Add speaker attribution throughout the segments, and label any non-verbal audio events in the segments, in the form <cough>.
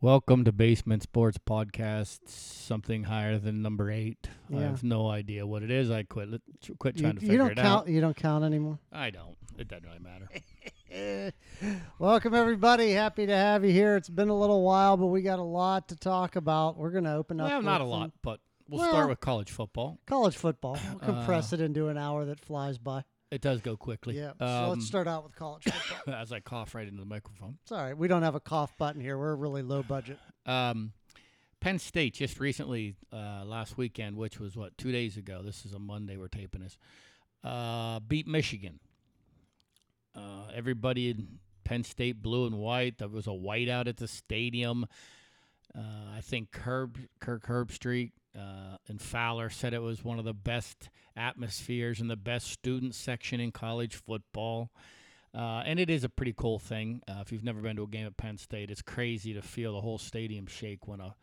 Speaker 1: Welcome to Basement Sports Podcast, something higher than number eight. I
Speaker 2: Yeah.
Speaker 1: have no idea what it is. I quit li- tr- quit trying
Speaker 2: you,
Speaker 1: to
Speaker 2: you
Speaker 1: figure
Speaker 2: don't
Speaker 1: it
Speaker 2: count.
Speaker 1: out.
Speaker 2: You don't count anymore. Eh.
Speaker 1: I don't. It doesn't really
Speaker 2: <laughs>
Speaker 1: matter.
Speaker 2: Welcome everybody. Happy to have you here. It's been a little while, but we got a lot to talk about. We're going to open up.
Speaker 1: well, not a
Speaker 2: with some
Speaker 1: lot, but we'll
Speaker 2: Well-
Speaker 1: start with college football. <clears throat>
Speaker 2: College football. We'll compress it into an hour that flies by.
Speaker 1: It does go quickly.
Speaker 2: Yeah. so
Speaker 1: Um,
Speaker 2: let's start out with college football.
Speaker 1: <laughs> <coughs> As I cough right into the microphone.
Speaker 2: it's all right. We don't have a cough button here. We're really low budget.
Speaker 1: Um, Penn State just recently, uh, last weekend, which was what two days ago. This is a Monday we're taping this. Uh, beat Michigan. Uh, everybody in Penn State blue and white. There was a whiteout at the stadium. Uh, I think Curb, Kirk Herbstreit uh, and Fowler said it was one of the best atmospheres and the best student section in college football. Uh, and it is a pretty cool thing. Uh, if you've never been to a game at Penn State, it's crazy to feel the whole stadium shake when a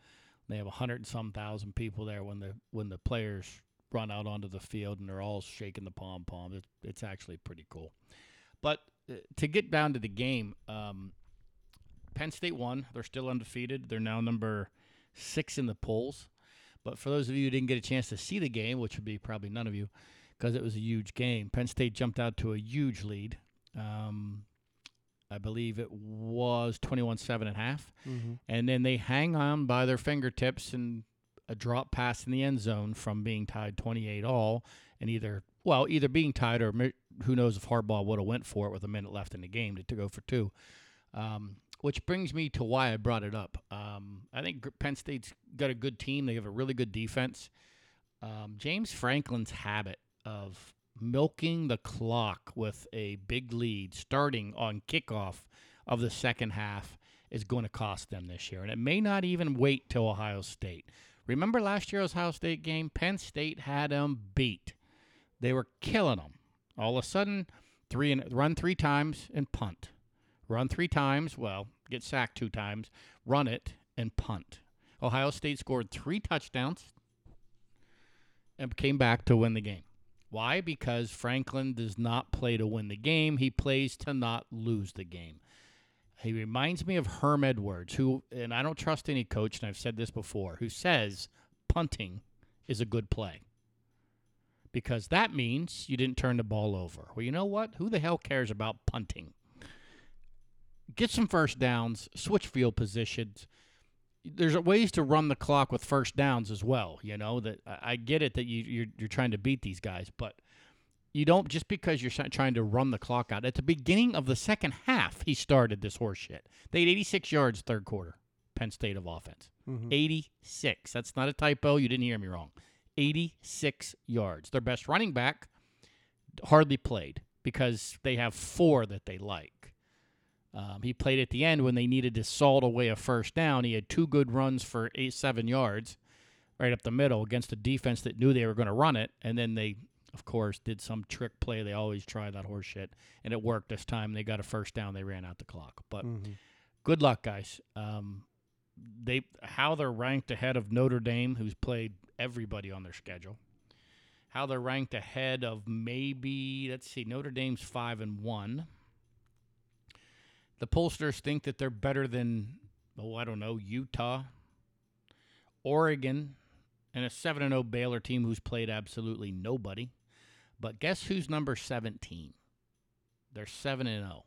Speaker 1: they have a hundred and some thousand people there when the when the players run out onto the field and they're all shaking the pom pom. It's it's actually pretty cool. But uh, to get down to the game, um, Penn State won. They're still undefeated. They're now number six in the polls. But for those of you who didn't get a chance to see the game, which would be probably none of you, because it was a huge game, Penn State jumped out to a huge lead. Um, I believe it was 21 7 and a half. And then they hang on by their fingertips and a drop pass in the end zone from being tied 28 all and either, well, either being tied or mi- who knows if Harbaugh would have went for it with a minute left in the game to, to go for two. Um, which brings me to why I brought it up. Um, I think Gr- Penn State's got a good team. They have a really good defense. Um, James Franklin's habit of milking the clock with a big lead starting on kickoff of the second half is going to cost them this year. And it may not even wait till Ohio State. Remember last year's Ohio State game? Penn State had them beat. They were killing them. All of a sudden, three and run three times and punt. Run three times, well, get sacked two times, run it and punt. Ohio State scored three touchdowns and came back to win the game. Why? Because Franklin does not play to win the game. He plays to not lose the game. He reminds me of Herm Edwards, who, and I don't trust any coach, and I've said this before, who says punting is a good play because that means you didn't turn the ball over. Well, you know what? Who the hell cares about punting? Get some first downs, switch field positions. There's ways to run the clock with first downs as well. You know that I I get it that you you're, you're trying to beat these guys, but you don't just because you're si- trying to run the clock out. At the beginning of the second half, he started this horseshit. They had 86 yards third quarter. Penn State of offense.
Speaker 2: Mm-hmm.
Speaker 1: 86. That's not a typo. You didn't hear me wrong. 86 yards. Their best running back hardly played because they have four that they like. Um, he played at the end when they needed to salt away a first down. He had two good runs for eight, seven yards right up the middle against a defense that knew they were going to run it. And then they, of course, did some trick play. They always try that horse shit. And it worked this time. They got a first down. They ran out the clock. But
Speaker 2: Mm-hmm.
Speaker 1: good luck, guys. Um, they how they're ranked ahead of Notre Dame, who's played everybody on their schedule. How they're ranked ahead of maybe let's see, Notre Dame's five and one. The pollsters think that they're better than oh I don't know Utah, Oregon, and a seven and zero Baylor team who's played absolutely nobody. But guess who's number seventeen? They're seven and oh. zero.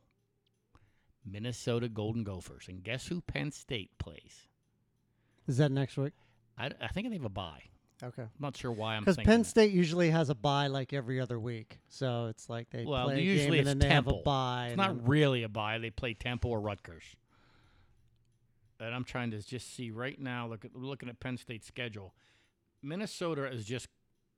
Speaker 1: Minnesota Golden Gophers. And guess who Penn State plays?
Speaker 2: Is that next week?
Speaker 1: I, I think they have a bye.
Speaker 2: Okay.
Speaker 1: I'm not sure why I'm
Speaker 2: Because
Speaker 1: thinking.
Speaker 2: Penn
Speaker 1: that.
Speaker 2: State usually has a bye like every other week, so it's like they
Speaker 1: well,
Speaker 2: play a
Speaker 1: usually
Speaker 2: game
Speaker 1: it's
Speaker 2: and then they
Speaker 1: Temple.
Speaker 2: have a bye.
Speaker 1: It's
Speaker 2: and
Speaker 1: not
Speaker 2: then-
Speaker 1: really a bye. They play Temple or Rutgers. And I'm trying to just see right now. Look, at, looking at Penn State's schedule, Minnesota is just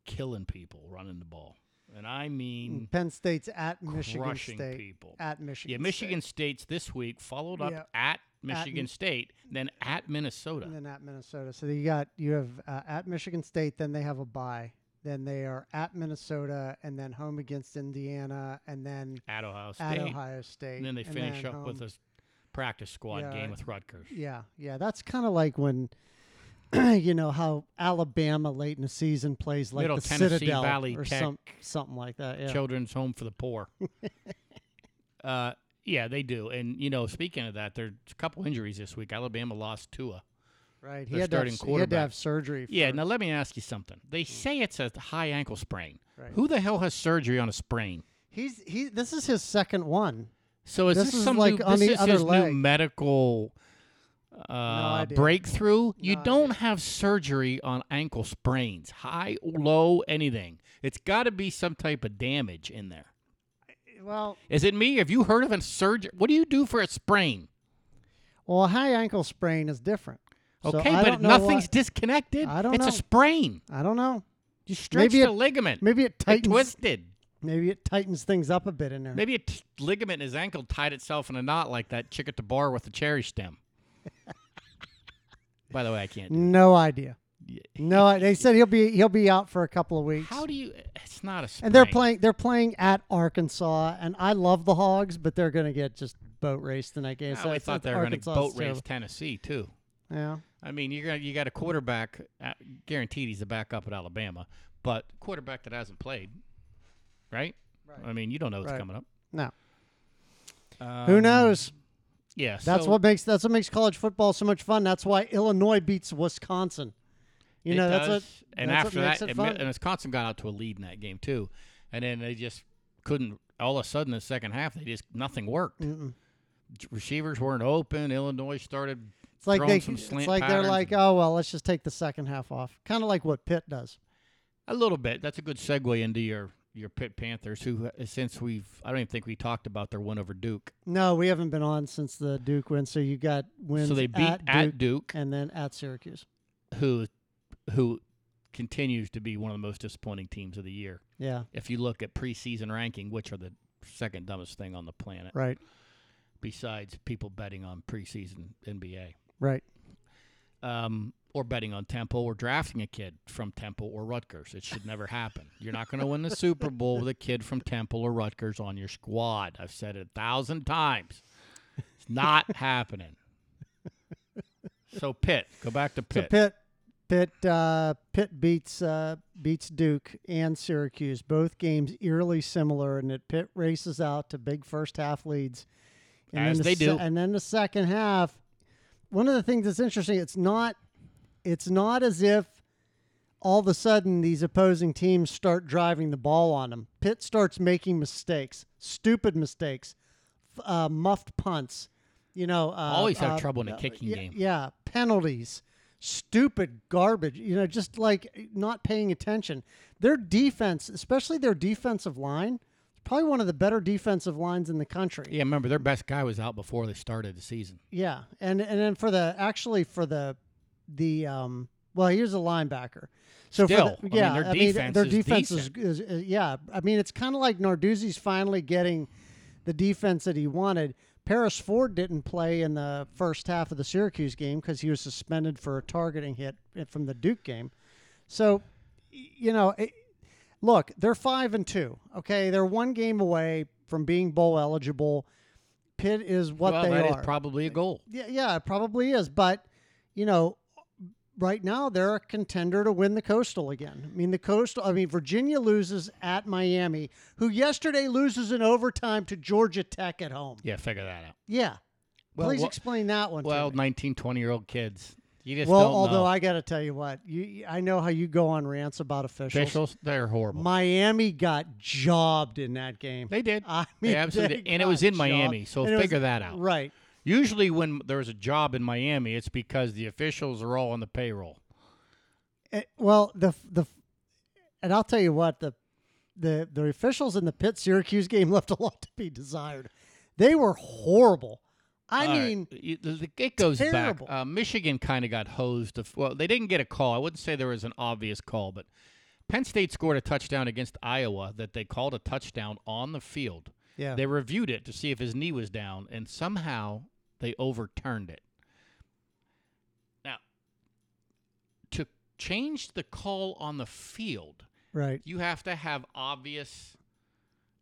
Speaker 1: killing people running the ball, and I mean
Speaker 2: Penn State's at Mm, Michigan
Speaker 1: crushing
Speaker 2: State.
Speaker 1: people.
Speaker 2: At Michigan.
Speaker 1: yeah, Michigan State's this week followed up
Speaker 2: Yeah.
Speaker 1: at Michigan
Speaker 2: Mi-
Speaker 1: State, then at Minnesota.
Speaker 2: State. And then at Minnesota. So you got you have uh, at Michigan State, then they have a bye. Then they are at Minnesota, and then home against Indiana, and then
Speaker 1: at Ohio State,
Speaker 2: at Ohio State.
Speaker 1: and then they finish up with
Speaker 2: home.
Speaker 1: a s- practice squad
Speaker 2: Yeah,
Speaker 1: game
Speaker 2: right.
Speaker 1: with Rutgers.
Speaker 2: Yeah, yeah. That's kind of like when. <clears throat> you know how Alabama late in the season plays like
Speaker 1: Middle
Speaker 2: the
Speaker 1: Tennessee
Speaker 2: Citadel
Speaker 1: Valley
Speaker 2: or
Speaker 1: Tech
Speaker 2: <laughs> some, something like that. Yeah.
Speaker 1: Children's Home for the Poor. uh, Yeah, they do. And you know, speaking of that, there's a couple injuries this week. Alabama lost Tua.
Speaker 2: Right. He
Speaker 1: Their
Speaker 2: had, to have,
Speaker 1: starting
Speaker 2: s- he had to
Speaker 1: quarterback.
Speaker 2: have surgery.
Speaker 1: Yeah.
Speaker 2: first.
Speaker 1: Now let me ask you something. They say it's a high ankle sprain.
Speaker 2: Hmm. Right.
Speaker 1: Who the hell has surgery on a sprain?
Speaker 2: He's he. This is his second one.
Speaker 1: So is
Speaker 2: This
Speaker 1: this,
Speaker 2: is
Speaker 1: some
Speaker 2: like
Speaker 1: new,
Speaker 2: on
Speaker 1: this
Speaker 2: the
Speaker 1: is
Speaker 2: other
Speaker 1: his
Speaker 2: leg.
Speaker 1: new medical uh,
Speaker 2: idea.
Speaker 1: breakthrough? you
Speaker 2: No
Speaker 1: don't have surgery on ankle sprains, high, low, anything. It's got to be some type of damage in there.
Speaker 2: Well,
Speaker 1: Is it me? Have you heard of a surgery? What do you do for a sprain?
Speaker 2: well, a high ankle sprain is different. So
Speaker 1: Okay,
Speaker 2: I
Speaker 1: but
Speaker 2: don't know
Speaker 1: nothing's
Speaker 2: What,
Speaker 1: disconnected.
Speaker 2: I don't
Speaker 1: it's
Speaker 2: know.
Speaker 1: a sprain.
Speaker 2: I don't know.
Speaker 1: You stretch
Speaker 2: Maybe
Speaker 1: the
Speaker 2: it-
Speaker 1: ligament.
Speaker 2: Maybe it
Speaker 1: it
Speaker 2: tightens.
Speaker 1: twisted.
Speaker 2: Maybe it tightens things up a bit in there.
Speaker 1: Maybe a t- ligament in his ankle tied itself in a knot like that chick at the bar with the cherry
Speaker 2: <laughs>
Speaker 1: stem. By the way, I can't.
Speaker 2: No idea.
Speaker 1: Yeah.
Speaker 2: No, I- they said he'll be he'll be out for a couple of weeks.
Speaker 1: How do you? It's not a sprain.
Speaker 2: and they're playing they're playing at Arkansas, and I love the Hogs, but they're going to get just boat raced in that game.
Speaker 1: I
Speaker 2: so
Speaker 1: always
Speaker 2: it's-
Speaker 1: Oh, thought
Speaker 2: it's-
Speaker 1: they were going to
Speaker 2: Arkansas is
Speaker 1: boat race
Speaker 2: terrible.
Speaker 1: Tennessee too.
Speaker 2: Yeah.
Speaker 1: I mean, you're gonna you got a quarterback uh, guaranteed he's a backup at Alabama, but quarterback that hasn't played, right? I mean, you don't know what's
Speaker 2: Right.
Speaker 1: coming up.
Speaker 2: No.
Speaker 1: Um,
Speaker 2: Who knows?
Speaker 1: Yeah,
Speaker 2: That's
Speaker 1: so
Speaker 2: what makes that's what makes college football so much fun. That's why Illinois beats Wisconsin. You
Speaker 1: it
Speaker 2: know, that's
Speaker 1: does.
Speaker 2: what
Speaker 1: and
Speaker 2: that's what
Speaker 1: after
Speaker 2: makes
Speaker 1: that,
Speaker 2: it
Speaker 1: and, Mi-
Speaker 2: fun.
Speaker 1: and Wisconsin got out to a lead in that game too, and then they just couldn't. All of a sudden, the second half, they just nothing worked.
Speaker 2: Mm-mm.
Speaker 1: Receivers weren't open. Illinois started.
Speaker 2: it's like
Speaker 1: throwing
Speaker 2: they
Speaker 1: some
Speaker 2: it's
Speaker 1: slant
Speaker 2: like they're
Speaker 1: patterns
Speaker 2: like,
Speaker 1: and-
Speaker 2: oh well, let's just take the second half off. Kind of like what Pitt does.
Speaker 1: A little bit. That's a good segue into your your Pitt Panthers, who uh, since we've I don't even think we talked about their win over Duke.
Speaker 2: No, we haven't been on since the Duke win. So you got wins.
Speaker 1: so they beat
Speaker 2: at
Speaker 1: at,
Speaker 2: Duke,
Speaker 1: Duke,
Speaker 2: and then at Syracuse.
Speaker 1: who who continues to be one of the most disappointing teams of the year.
Speaker 2: Yeah,
Speaker 1: If you look at preseason ranking, which are the second dumbest thing on the planet,
Speaker 2: right,
Speaker 1: besides people betting on preseason NBA
Speaker 2: right.
Speaker 1: um, or betting on Temple or drafting a kid from Temple or Rutgers. It should never happen. You're not going to win the Super Bowl with a kid from Temple or Rutgers on your squad. I've said it a thousand times. It's not <laughs> happening. So Pitt, go back to
Speaker 2: So
Speaker 1: Pitt.
Speaker 2: Pitt, Pitt, uh, Pitt beats uh, beats Duke and Syracuse. Both games eerily similar, and that Pitt races out to big first half leads, and
Speaker 1: As
Speaker 2: then the
Speaker 1: they
Speaker 2: se-
Speaker 1: do.
Speaker 2: And then the second half, one of the things that's interesting, it's not, it's not as if all of a sudden these opposing teams start driving the ball on them. Pitt starts making mistakes, stupid mistakes, f- uh, muffed punts. You know, uh,
Speaker 1: Always have
Speaker 2: uh,
Speaker 1: trouble in a
Speaker 2: uh,
Speaker 1: kicking
Speaker 2: yeah,
Speaker 1: game.
Speaker 2: Yeah, penalties, stupid garbage. You know, just like eh, not paying attention. Their defense, especially their defensive line, probably one of the better defensive lines in the country.
Speaker 1: Yeah, remember their best guy was out before they started the season.
Speaker 2: Yeah, and and then for the actually for the the um well here's a linebacker. So
Speaker 1: Still, I
Speaker 2: for
Speaker 1: mean,
Speaker 2: the, yeah,
Speaker 1: their
Speaker 2: I mean,
Speaker 1: defense
Speaker 2: their
Speaker 1: is
Speaker 2: defense is,
Speaker 1: decent.
Speaker 2: is, is- yeah. I mean it's kind of like Narduzzi's finally getting the defense that he wanted. Paris Ford didn't play in the first half of the Syracuse game because he was suspended for a targeting hit from the Duke game. So, y- you know, it, look, they're five and two. Okay, they're one game away from being bowl eligible. Pitt is what
Speaker 1: well,
Speaker 2: they
Speaker 1: that
Speaker 2: are.
Speaker 1: is probably a goal.
Speaker 2: Yeah, yeah, it probably is. But you know, right now they're a contender to win the Coastal again. I mean, the Coastal. I mean, Virginia loses at Miami, who yesterday loses in overtime to Georgia Tech at home.
Speaker 1: Yeah, figure that out.
Speaker 2: Yeah.
Speaker 1: Well,
Speaker 2: Please
Speaker 1: wha-
Speaker 2: explain that one. to
Speaker 1: Well,
Speaker 2: me.
Speaker 1: 19, 20 year old kids. You just
Speaker 2: well,
Speaker 1: don't
Speaker 2: although
Speaker 1: know.
Speaker 2: I got to tell you what, you I know how you go on rants about officials.
Speaker 1: officials, they're horrible.
Speaker 2: Miami got jobbed in that game.
Speaker 1: they did.
Speaker 2: I
Speaker 1: They
Speaker 2: mean,
Speaker 1: absolutely
Speaker 2: they
Speaker 1: did. And it
Speaker 2: got
Speaker 1: was in
Speaker 2: jobbed.
Speaker 1: Miami, so
Speaker 2: And it was-
Speaker 1: figure that out.
Speaker 2: Right.
Speaker 1: Usually, when there's a job in Miami, it's because the officials are all on the payroll.
Speaker 2: It, Eh, well, the the and I'll tell you what the the the officials in the Pitt Syracuse game <laughs> left a lot to be desired. They were horrible. I
Speaker 1: All right,
Speaker 2: mean,
Speaker 1: you- the- the- it goes
Speaker 2: terrible.
Speaker 1: back. Uh, Michigan kind of got hosed. Of, well, they didn't get a call. I wouldn't say there was an obvious call, but Penn State scored a touchdown against Iowa that they called a touchdown on the field.
Speaker 2: yeah,
Speaker 1: They reviewed it to see if his knee was down, and somehow they overturned it. Now, to change the call on the field,
Speaker 2: right.
Speaker 1: you have to have obvious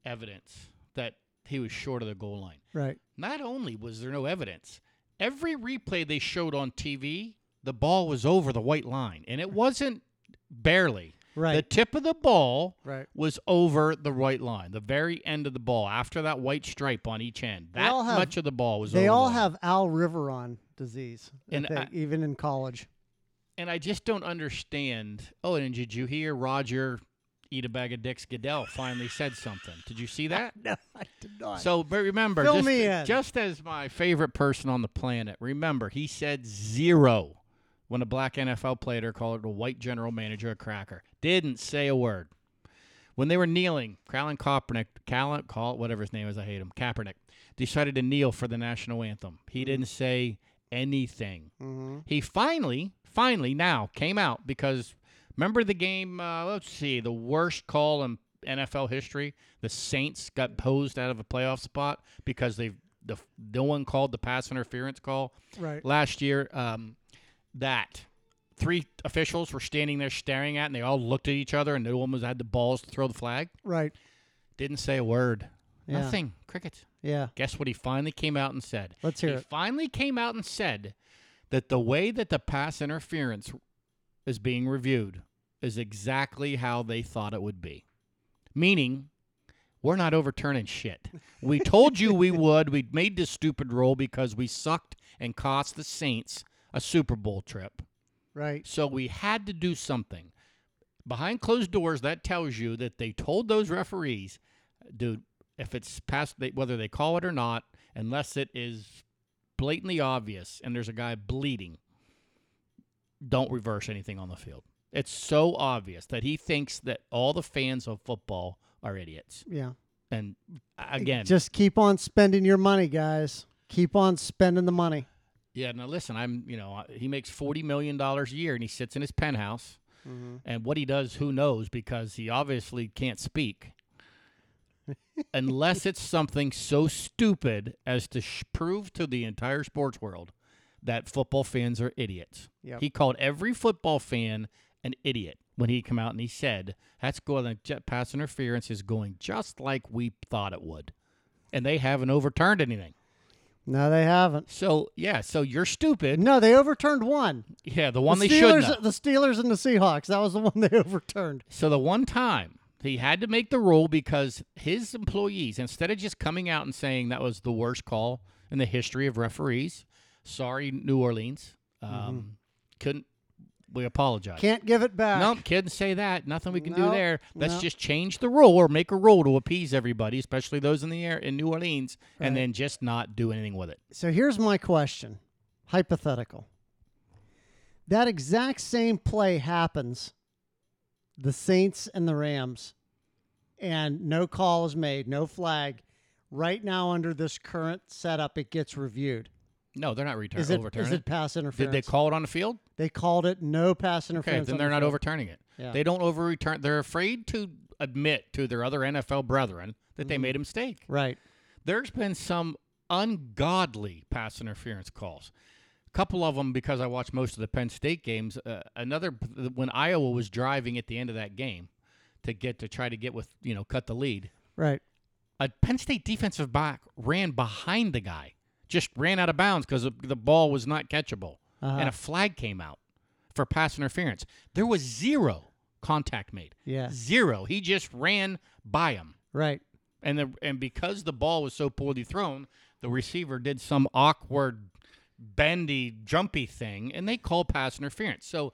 Speaker 1: evidence that he was short of the goal line.
Speaker 2: Right.
Speaker 1: Not only was there no evidence, every replay they showed on TV, the ball was over the white line, and it wasn't barely.
Speaker 2: Right.
Speaker 1: The tip of the ball
Speaker 2: Right.
Speaker 1: was over the right line, the very end of the ball, after that white stripe on each end.
Speaker 2: They
Speaker 1: That
Speaker 2: all have-
Speaker 1: much of the ball was over
Speaker 2: They
Speaker 1: the
Speaker 2: all
Speaker 1: line.
Speaker 2: have Al Riveron disease, I
Speaker 1: And
Speaker 2: think,
Speaker 1: I-
Speaker 2: even in college. <laughs>
Speaker 1: and I just don't understand. Oh, and did you hear Roger eat a bag of dicks? Goodell finally said something. Did you see that?
Speaker 2: No, I did not.
Speaker 1: So, but remember,
Speaker 2: Fill
Speaker 1: just,
Speaker 2: me in.
Speaker 1: just as my favorite person on the planet, remember he said zero when a black NFL player called a white general manager a cracker. Didn't say a word. When they were kneeling, Colin Kaepernick, Colin, call it whatever his name is, I hate him, Kaepernick, decided to kneel for the national anthem. He didn't say anything.
Speaker 2: hmm
Speaker 1: He finally, finally now came out because remember the game, uh, let's see, the worst call in NFL history? The Saints got posed out of a playoff spot because they the, no one called the pass interference call
Speaker 2: Right.
Speaker 1: last year. Um, that three officials were standing there staring at, it and they all looked at each other, and no one was had the balls to throw the flag.
Speaker 2: Right.
Speaker 1: Didn't say a word.
Speaker 2: Yeah.
Speaker 1: Nothing. Crickets.
Speaker 2: Yeah.
Speaker 1: Guess what he finally came out and said?
Speaker 2: Let's hear
Speaker 1: he
Speaker 2: it.
Speaker 1: finally came out and said that the way that the pass interference is being reviewed is exactly how they thought it would be. Meaning, we're not overturning shit. We told you
Speaker 2: <laughs>
Speaker 1: we would. We made this stupid rule because we sucked and cost the Saints a Super Bowl trip.
Speaker 2: Right.
Speaker 1: So we had to do something. Behind closed doors, that tells you that they told those referees, dude, if it's past, they, whether they call it or not, unless it is blatantly obvious and there's a guy bleeding, don't reverse anything on the field. It's so obvious that he thinks that all the fans of football are idiots.
Speaker 2: Yeah.
Speaker 1: And again,
Speaker 2: Just keep on spending your money, guys. Keep on spending the money.
Speaker 1: yeah, now listen, I'm, you know, he makes $40 million a year and he sits in his penthouse. And what he does, who knows, because he obviously can't speak. Unless it's something so stupid as to sh- prove to the entire sports world that football fans are idiots.
Speaker 2: Yep.
Speaker 1: He called every football fan an idiot when he came out and he said, that's going to jet pass interference is going just like we thought it would. And they haven't overturned anything.
Speaker 2: No, they haven't.
Speaker 1: So, yeah, so you're stupid.
Speaker 2: No, they overturned one.
Speaker 1: Yeah, the one
Speaker 2: the
Speaker 1: they shouldn't.
Speaker 2: Steelers,
Speaker 1: have.
Speaker 2: the Steelers and the Seahawks. That was the <laughs> one they overturned.
Speaker 1: So the one time he had to make the rule because his employees, instead of just coming out and saying that was the worst call in the history of referees, sorry New Orleans, um, couldn't. We apologize.
Speaker 2: Can't give it Mm-hmm. back.
Speaker 1: Nope, couldn't say that. Nothing we can do
Speaker 2: Nope,
Speaker 1: there. Let's
Speaker 2: nope.
Speaker 1: just change the rule or make a rule to appease everybody, especially those in the air in New Orleans, and
Speaker 2: Right.
Speaker 1: then just not do anything with it.
Speaker 2: So here's my question hypothetical. That exact same play happens the Saints and the Rams, and no call is made, no flag. Right now, under this current setup, it gets reviewed.
Speaker 1: No, they're not return
Speaker 2: Is it,
Speaker 1: overturning.
Speaker 2: is
Speaker 1: it.
Speaker 2: it pass
Speaker 1: Did
Speaker 2: interference?
Speaker 1: they call it on the field?
Speaker 2: They called it no pass
Speaker 1: Okay,
Speaker 2: interference.
Speaker 1: then
Speaker 2: on
Speaker 1: they're
Speaker 2: the
Speaker 1: not
Speaker 2: field.
Speaker 1: overturning it.
Speaker 2: Yeah.
Speaker 1: They don't overturn. They're afraid to admit to their other NFL brethren that
Speaker 2: Mm-hmm.
Speaker 1: they made a mistake.
Speaker 2: Right.
Speaker 1: There's been some ungodly pass interference calls. A couple of them because I watched most of the Penn State games. Uh, another when Iowa was driving at the end of that game to get to try to get with you know cut the lead.
Speaker 2: Right.
Speaker 1: A Penn State defensive back ran behind the guy, just ran out of bounds because the ball was not catchable
Speaker 2: Uh-huh.
Speaker 1: and a flag came out for pass interference. There was zero contact made.
Speaker 2: Yeah.
Speaker 1: Zero. He just ran by him.
Speaker 2: Right.
Speaker 1: And the and because the ball was so poorly thrown, the receiver did some awkward bendy jumpy thing and they call pass interference. So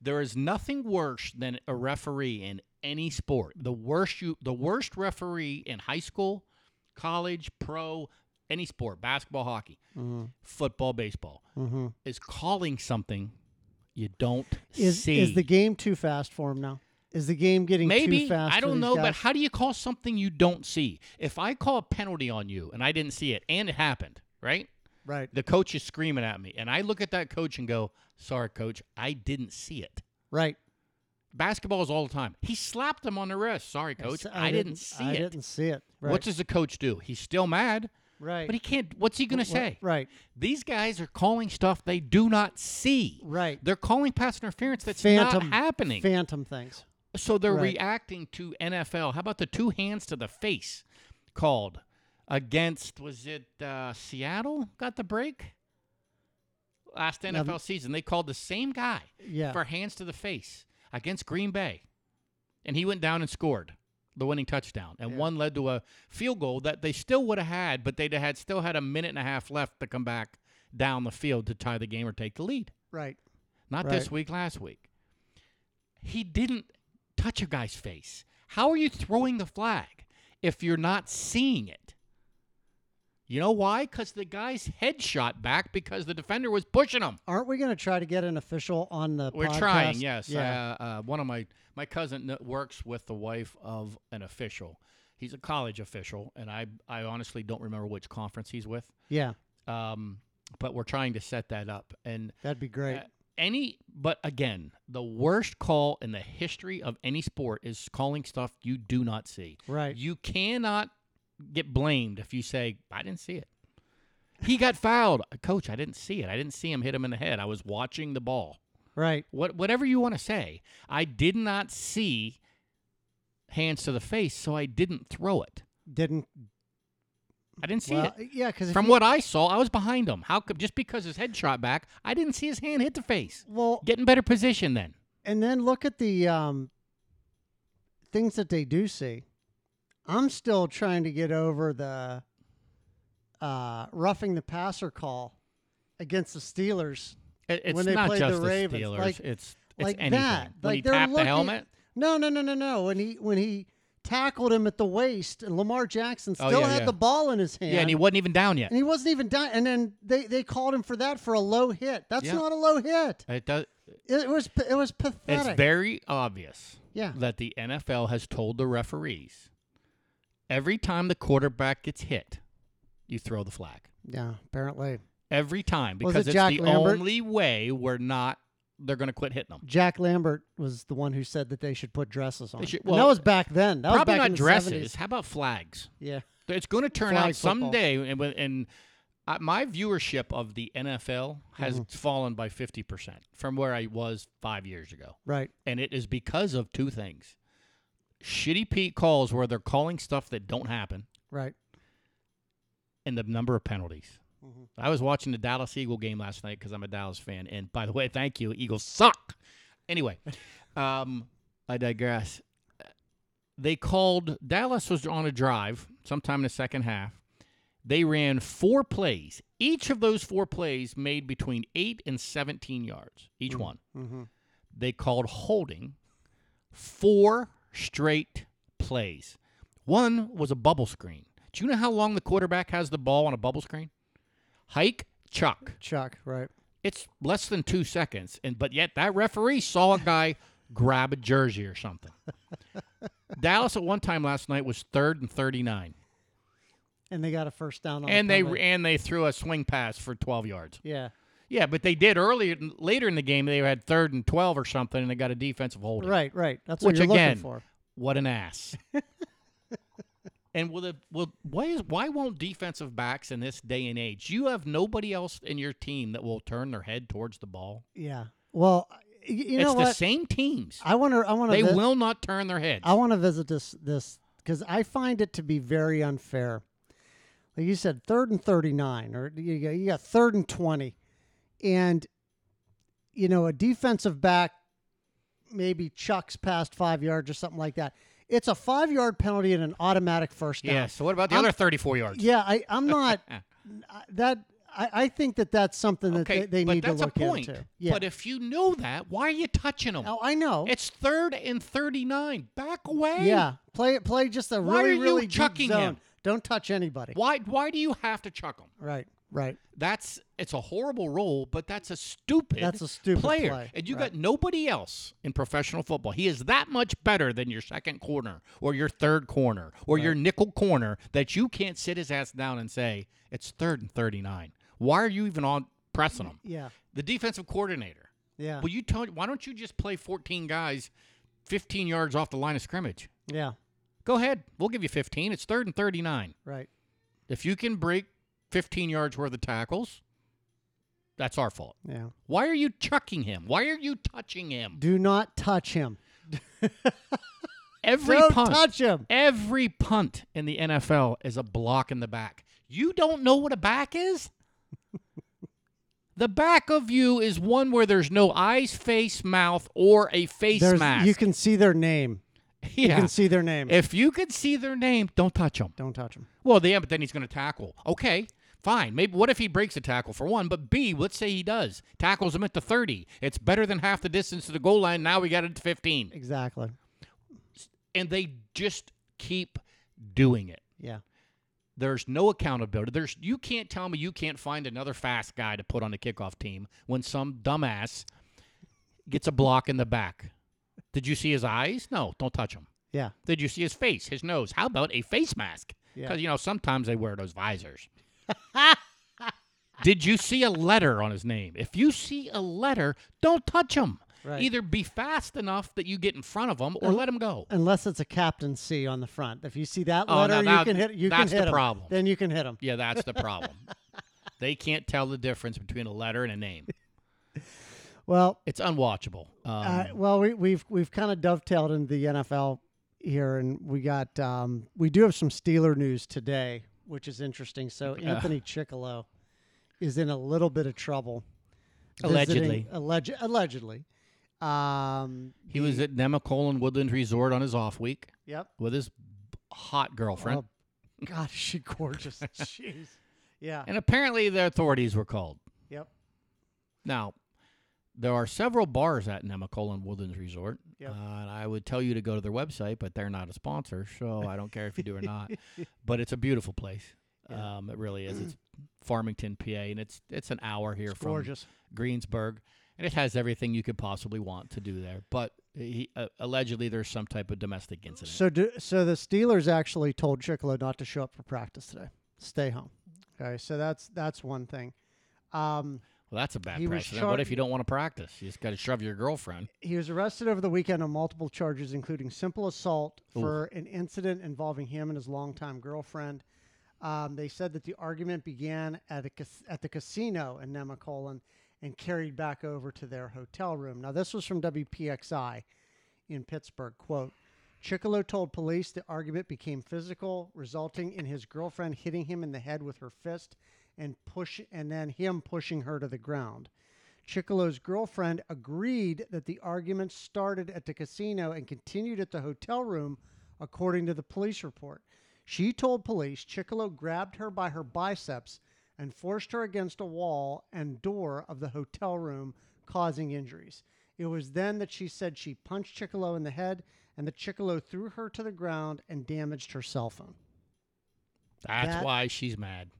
Speaker 1: there is nothing worse than a referee in any sport. The worst you the worst referee in high school, college, pro, any sport, basketball, hockey, football, baseball
Speaker 2: Mm-hmm.
Speaker 1: is calling something you don't
Speaker 2: Is
Speaker 1: see.
Speaker 2: is the game too fast for him now? Is the game getting
Speaker 1: Maybe
Speaker 2: too fast?
Speaker 1: I
Speaker 2: for
Speaker 1: don't
Speaker 2: these
Speaker 1: know, but
Speaker 2: guys?
Speaker 1: how do you call something you don't see? If I call a penalty on you and I didn't see it and it happened, right?
Speaker 2: right,
Speaker 1: The coach is screaming at me and I look at that coach and go, "Sorry, coach, I didn't see it."
Speaker 2: right.
Speaker 1: Basketball is all the time. He slapped him on the wrist. Sorry, coach,
Speaker 2: s-
Speaker 1: I, didn't, see
Speaker 2: I
Speaker 1: it.
Speaker 2: didn't see it. Right.
Speaker 1: What does the coach do? He's still mad,
Speaker 2: right?
Speaker 1: but he can't. What's he going to
Speaker 2: Wha-
Speaker 1: say?
Speaker 2: Right,
Speaker 1: These guys are calling stuff they do not see.
Speaker 2: right.
Speaker 1: They're calling pass interference that's
Speaker 2: Phantom
Speaker 1: not happening.
Speaker 2: Phantom things.
Speaker 1: So they're
Speaker 2: Right.
Speaker 1: reacting to NFL. How about the two hands to the face called against? Was it uh, Seattle got the break last NFL season? They called the same guy
Speaker 2: Yeah.
Speaker 1: for hands to the face against Green Bay. and he went down and scored the winning touchdown, and
Speaker 2: Yeah.
Speaker 1: one led to a field goal that they still would have had, but they'd had still had a minute and a half left to come back down the field to tie the game or take the lead.
Speaker 2: Right.
Speaker 1: Not
Speaker 2: Right.
Speaker 1: this week, last week. He didn't touch a guy's face. How are you throwing the flag if you're not seeing it? You know why? Because the guy's head shot back because the defender was pushing him.
Speaker 2: Aren't we going to try to get an official on the
Speaker 1: We're
Speaker 2: podcast?
Speaker 1: trying, yes.
Speaker 2: Yeah.
Speaker 1: Uh, uh, one of my my cousin that works with the wife of an official. He's a college official, and I I honestly don't remember which conference he's with.
Speaker 2: yeah.
Speaker 1: Um, but we're trying to set that up, and
Speaker 2: That'd be great.
Speaker 1: uh, any, but again, the worst call in the history of any sport is calling stuff you do not see.
Speaker 2: right.
Speaker 1: You cannot get blamed if you say, I didn't see it. He got fouled. Uh, Coach, I didn't see it. I didn't see him hit him in the head. I was watching the ball.
Speaker 2: right.
Speaker 1: What, whatever you want to say, I did not see hands to the face, so I didn't throw it.
Speaker 2: Didn't.
Speaker 1: I didn't see
Speaker 2: well,
Speaker 1: it.
Speaker 2: yeah, because
Speaker 1: From what I saw, I was behind him. How come just because his head shot back, I didn't see his hand hit the face?
Speaker 2: Well,
Speaker 1: Get in better position then.
Speaker 2: and then look at the um, things that they do see. I'm still trying to get over the uh, roughing the passer call against the Steelers.
Speaker 1: It- It's
Speaker 2: when they
Speaker 1: not
Speaker 2: played
Speaker 1: just
Speaker 2: the Ravens,
Speaker 1: Steelers.
Speaker 2: like-
Speaker 1: it's it's
Speaker 2: like
Speaker 1: anything.
Speaker 2: that.
Speaker 1: when
Speaker 2: like
Speaker 1: he
Speaker 2: they're
Speaker 1: tapped
Speaker 2: looking,
Speaker 1: the helmet,
Speaker 2: No, no, no, no, no. When he when he tackled him at the waist, and Lamar Jackson
Speaker 1: Oh,
Speaker 2: still
Speaker 1: yeah,
Speaker 2: had
Speaker 1: yeah.
Speaker 2: the ball in his hand.
Speaker 1: yeah, and he wasn't even down yet.
Speaker 2: and he wasn't even done. And then they, they called him for that for a low hit. That's
Speaker 1: Yeah.
Speaker 2: not a low hit.
Speaker 1: It does.
Speaker 2: It was it was pathetic.
Speaker 1: It's very obvious
Speaker 2: yeah,
Speaker 1: that the NFL has told the referees every time the quarterback gets hit, you throw the flag.
Speaker 2: yeah. Apparently,
Speaker 1: Every time
Speaker 2: Was
Speaker 1: because
Speaker 2: it
Speaker 1: it's
Speaker 2: Jack
Speaker 1: the
Speaker 2: Lambert?
Speaker 1: only way we're not they're going to quit hitting them.
Speaker 2: Jack Lambert was the one who said that they should put dresses on.
Speaker 1: They should-
Speaker 2: And that
Speaker 1: well,
Speaker 2: was back then. That was
Speaker 1: Probably
Speaker 2: back in
Speaker 1: not
Speaker 2: the
Speaker 1: dresses.
Speaker 2: 70s.
Speaker 1: How about flags?
Speaker 2: Yeah,
Speaker 1: It's going to turn
Speaker 2: Flag
Speaker 1: out
Speaker 2: football.
Speaker 1: someday, and, when- and uh, my viewership of the NFL has
Speaker 2: Mm-hmm.
Speaker 1: fallen by fifty percent from where I was five years ago.
Speaker 2: right.
Speaker 1: and it is because of two things shitty pete calls where they're calling stuff that don't happen
Speaker 2: Right.
Speaker 1: and the number of penalties
Speaker 2: Mhm.
Speaker 1: i was watching the dallas eagle game last night because i'm a dallas fan and by the way thank you eagles suck anyway um, i digress they called dallas was on a drive sometime in the second half they ran four plays each of those four plays made between 8 and 17 yards each one
Speaker 2: Mm-hmm.
Speaker 1: they called holding four straight plays. One was a bubble screen. Do you know how long the quarterback has the ball on a bubble screen? Hike, chuck.
Speaker 2: Chuck. Right.
Speaker 1: It's less than two seconds, and but yet that referee saw a guy <laughs> grab a jersey or something. <laughs> Dallas at one time last night was third and thirty-nine,
Speaker 2: And they got a first down Oh, on.
Speaker 1: and
Speaker 2: the
Speaker 1: they
Speaker 2: penalty.
Speaker 1: and they threw a swing pass for twelve yards.
Speaker 2: yeah.
Speaker 1: Yeah, but they did earlier later in the game. They had third and twelve or something, and they got a defensive holding.
Speaker 2: Right. Right. That's what
Speaker 1: Which
Speaker 2: you're
Speaker 1: again,
Speaker 2: looking for.
Speaker 1: what an ass. <laughs> and will the will why is why won't defensive backs in this day and age? You have nobody else in your team that will turn their head towards the ball.
Speaker 2: Yeah. Well, y- you know
Speaker 1: it's the
Speaker 2: what?
Speaker 1: same teams.
Speaker 2: I want to. I want to.
Speaker 1: They will not turn their heads.
Speaker 2: I want to visit this this because I find it to be very unfair. Like you said, third and thirty nine, or you got, you got third and twenty, and you know a defensive back maybe chucks past five yards or something like that. It's a five yard penalty and an automatic first down.
Speaker 1: yeah. So what about the
Speaker 2: I'm-
Speaker 1: other thirty-four yards?
Speaker 2: Yeah, I,
Speaker 1: <laughs>
Speaker 2: I'm not that. I, I think that that's something that
Speaker 1: okay,
Speaker 2: they, they
Speaker 1: but
Speaker 2: need to
Speaker 1: that's
Speaker 2: look
Speaker 1: a point.
Speaker 2: into. Yeah.
Speaker 1: But if you know that, why are you touching them?
Speaker 2: oh, I know.
Speaker 1: It's third and thirty-nine. Back away.
Speaker 2: Yeah, play play just a
Speaker 1: Why
Speaker 2: really
Speaker 1: are you
Speaker 2: really deep
Speaker 1: chucking
Speaker 2: zone.
Speaker 1: him?
Speaker 2: Don't touch anybody.
Speaker 1: Why? Why do you have to chuck them?
Speaker 2: Right, right.
Speaker 1: That's it's a horrible role, but that's a stupid.
Speaker 2: That's a stupid
Speaker 1: player,
Speaker 2: play,
Speaker 1: and you
Speaker 2: right.
Speaker 1: got nobody else in professional football. He is that much better than your second corner or your third corner or your nickel corner that you can't sit his ass down and say it's third and thirty-nine. Why are you even on pressing him?
Speaker 2: Yeah,
Speaker 1: The defensive coordinator.
Speaker 2: yeah,
Speaker 1: Well, you tell. Why don't you just play fourteen guys, fifteen yards off the line of scrimmage?
Speaker 2: yeah.
Speaker 1: Go ahead. We'll give you fifteen. It's third and thirty-nine.
Speaker 2: Right.
Speaker 1: If you can break 15 yards worth of tackles, that's our fault.
Speaker 2: Yeah.
Speaker 1: Why are you chucking him? Why are you touching him?
Speaker 2: Do not touch him.
Speaker 1: Every
Speaker 2: Don't
Speaker 1: punt,
Speaker 2: touch him.
Speaker 1: every punt in the NFL is a block in the back. You don't know what a back is? the back of you is one where there's no eyes, face, mouth, or a face
Speaker 2: There's-
Speaker 1: mask. <laughs>
Speaker 2: you can see their name. You
Speaker 1: yeah.
Speaker 2: can see their name.
Speaker 1: If you could see their name, don't touch them.
Speaker 2: Don't touch them.
Speaker 1: Well, yeah, but then he's going to tackle. Okay, fine. Maybe what if he breaks a tackle for one? But B, let's say he does tackles him at the thirty. It's better than half the distance to the goal line. Now we got it to fifteen,
Speaker 2: Exactly.
Speaker 1: and they just keep doing it.
Speaker 2: Yeah.
Speaker 1: There's no accountability. There's you can't tell me you can't find another fast guy to put on the kickoff team when some dumbass gets a block in the back. Did you see his eyes? No, don't touch him.
Speaker 2: Yeah.
Speaker 1: Did you see his face, his nose? How about a face mask?
Speaker 2: Yeah.
Speaker 1: Because you know sometimes they wear those visors. <laughs> Did you see a letter on his name? If you see a letter, don't touch him.
Speaker 2: Right. Uh-huh.
Speaker 1: Either be fast enough that you get in front of him, or let him go.
Speaker 2: Unless it's a captain C on the front. If you see that
Speaker 1: Oh,
Speaker 2: letter,
Speaker 1: now-
Speaker 2: you
Speaker 1: now
Speaker 2: can hit. You
Speaker 1: that's
Speaker 2: can
Speaker 1: the
Speaker 2: hit 'em.
Speaker 1: problem.
Speaker 2: Then you can hit them.
Speaker 1: Yeah, that's the problem. <laughs> they can't tell the difference between a letter and a name.
Speaker 2: Well,
Speaker 1: It's unwatchable. Um,
Speaker 2: uh, well, we, we've we've kind of dovetailed into the NFL here, and we got um, we do have some Steeler news today, which is interesting. So
Speaker 1: Uh,
Speaker 2: Anthony Chicolo is in a little bit of trouble. visiting-
Speaker 1: Allegedly.
Speaker 2: alleged, allegedly. Um,
Speaker 1: he was at Nemacolin Woodland Resort on his off week
Speaker 2: yep.
Speaker 1: with his hot girlfriend,
Speaker 2: Oh, God, is
Speaker 1: <laughs>
Speaker 2: she gorgeous? Jeez. Yeah.
Speaker 1: and apparently the authorities were called.
Speaker 2: Yep.
Speaker 1: Now, there are several bars at Nemacolin Woodlands Resort,
Speaker 2: Yep.
Speaker 1: uh, and I would tell you to go to their website, but they're not a sponsor,
Speaker 2: <laughs>
Speaker 1: so I don't care if you do or not. But it's a beautiful place.
Speaker 2: Yeah.
Speaker 1: Um, it really is.
Speaker 2: <clears throat>
Speaker 1: It's Farmington, PA, and it's it's an hour here from
Speaker 2: Gorgeous.
Speaker 1: Greensburg, and it has everything you could possibly want to do there. But he, uh, allegedly, there's some type of domestic incident.
Speaker 2: So, do, so the Steelers actually told Chicolo not to show up for practice today. Stay home. Okay, so that's that's one thing. Um,
Speaker 1: well, that's a bad
Speaker 2: he was
Speaker 1: precedent. what
Speaker 2: shot-
Speaker 1: if you don't want to practice? You just got to shove your girlfriend.
Speaker 2: he was arrested over the weekend on multiple charges, including simple assault for an incident involving him and his longtime girlfriend. Um, they said that the argument began at a cas- at the casino in Nemacolin and carried back over to their hotel room. Now, this was from WPXI in Pittsburgh. Quote. Chicolo told police the argument became physical, resulting in his girlfriend hitting him in the head with her fist and push and then him pushing her to the ground. Chicolo's girlfriend agreed that the argument started at the casino and continued at the hotel room, according to the police report. She told police Chicolo grabbed her by her biceps and forced her against a wall and door of the hotel room, causing injuries. It was then that she said she punched Chicolo in the head and that Chicolo threw her to the ground and damaged her cell phone. <laughs>
Speaker 1: That's
Speaker 2: That-
Speaker 1: why she's mad.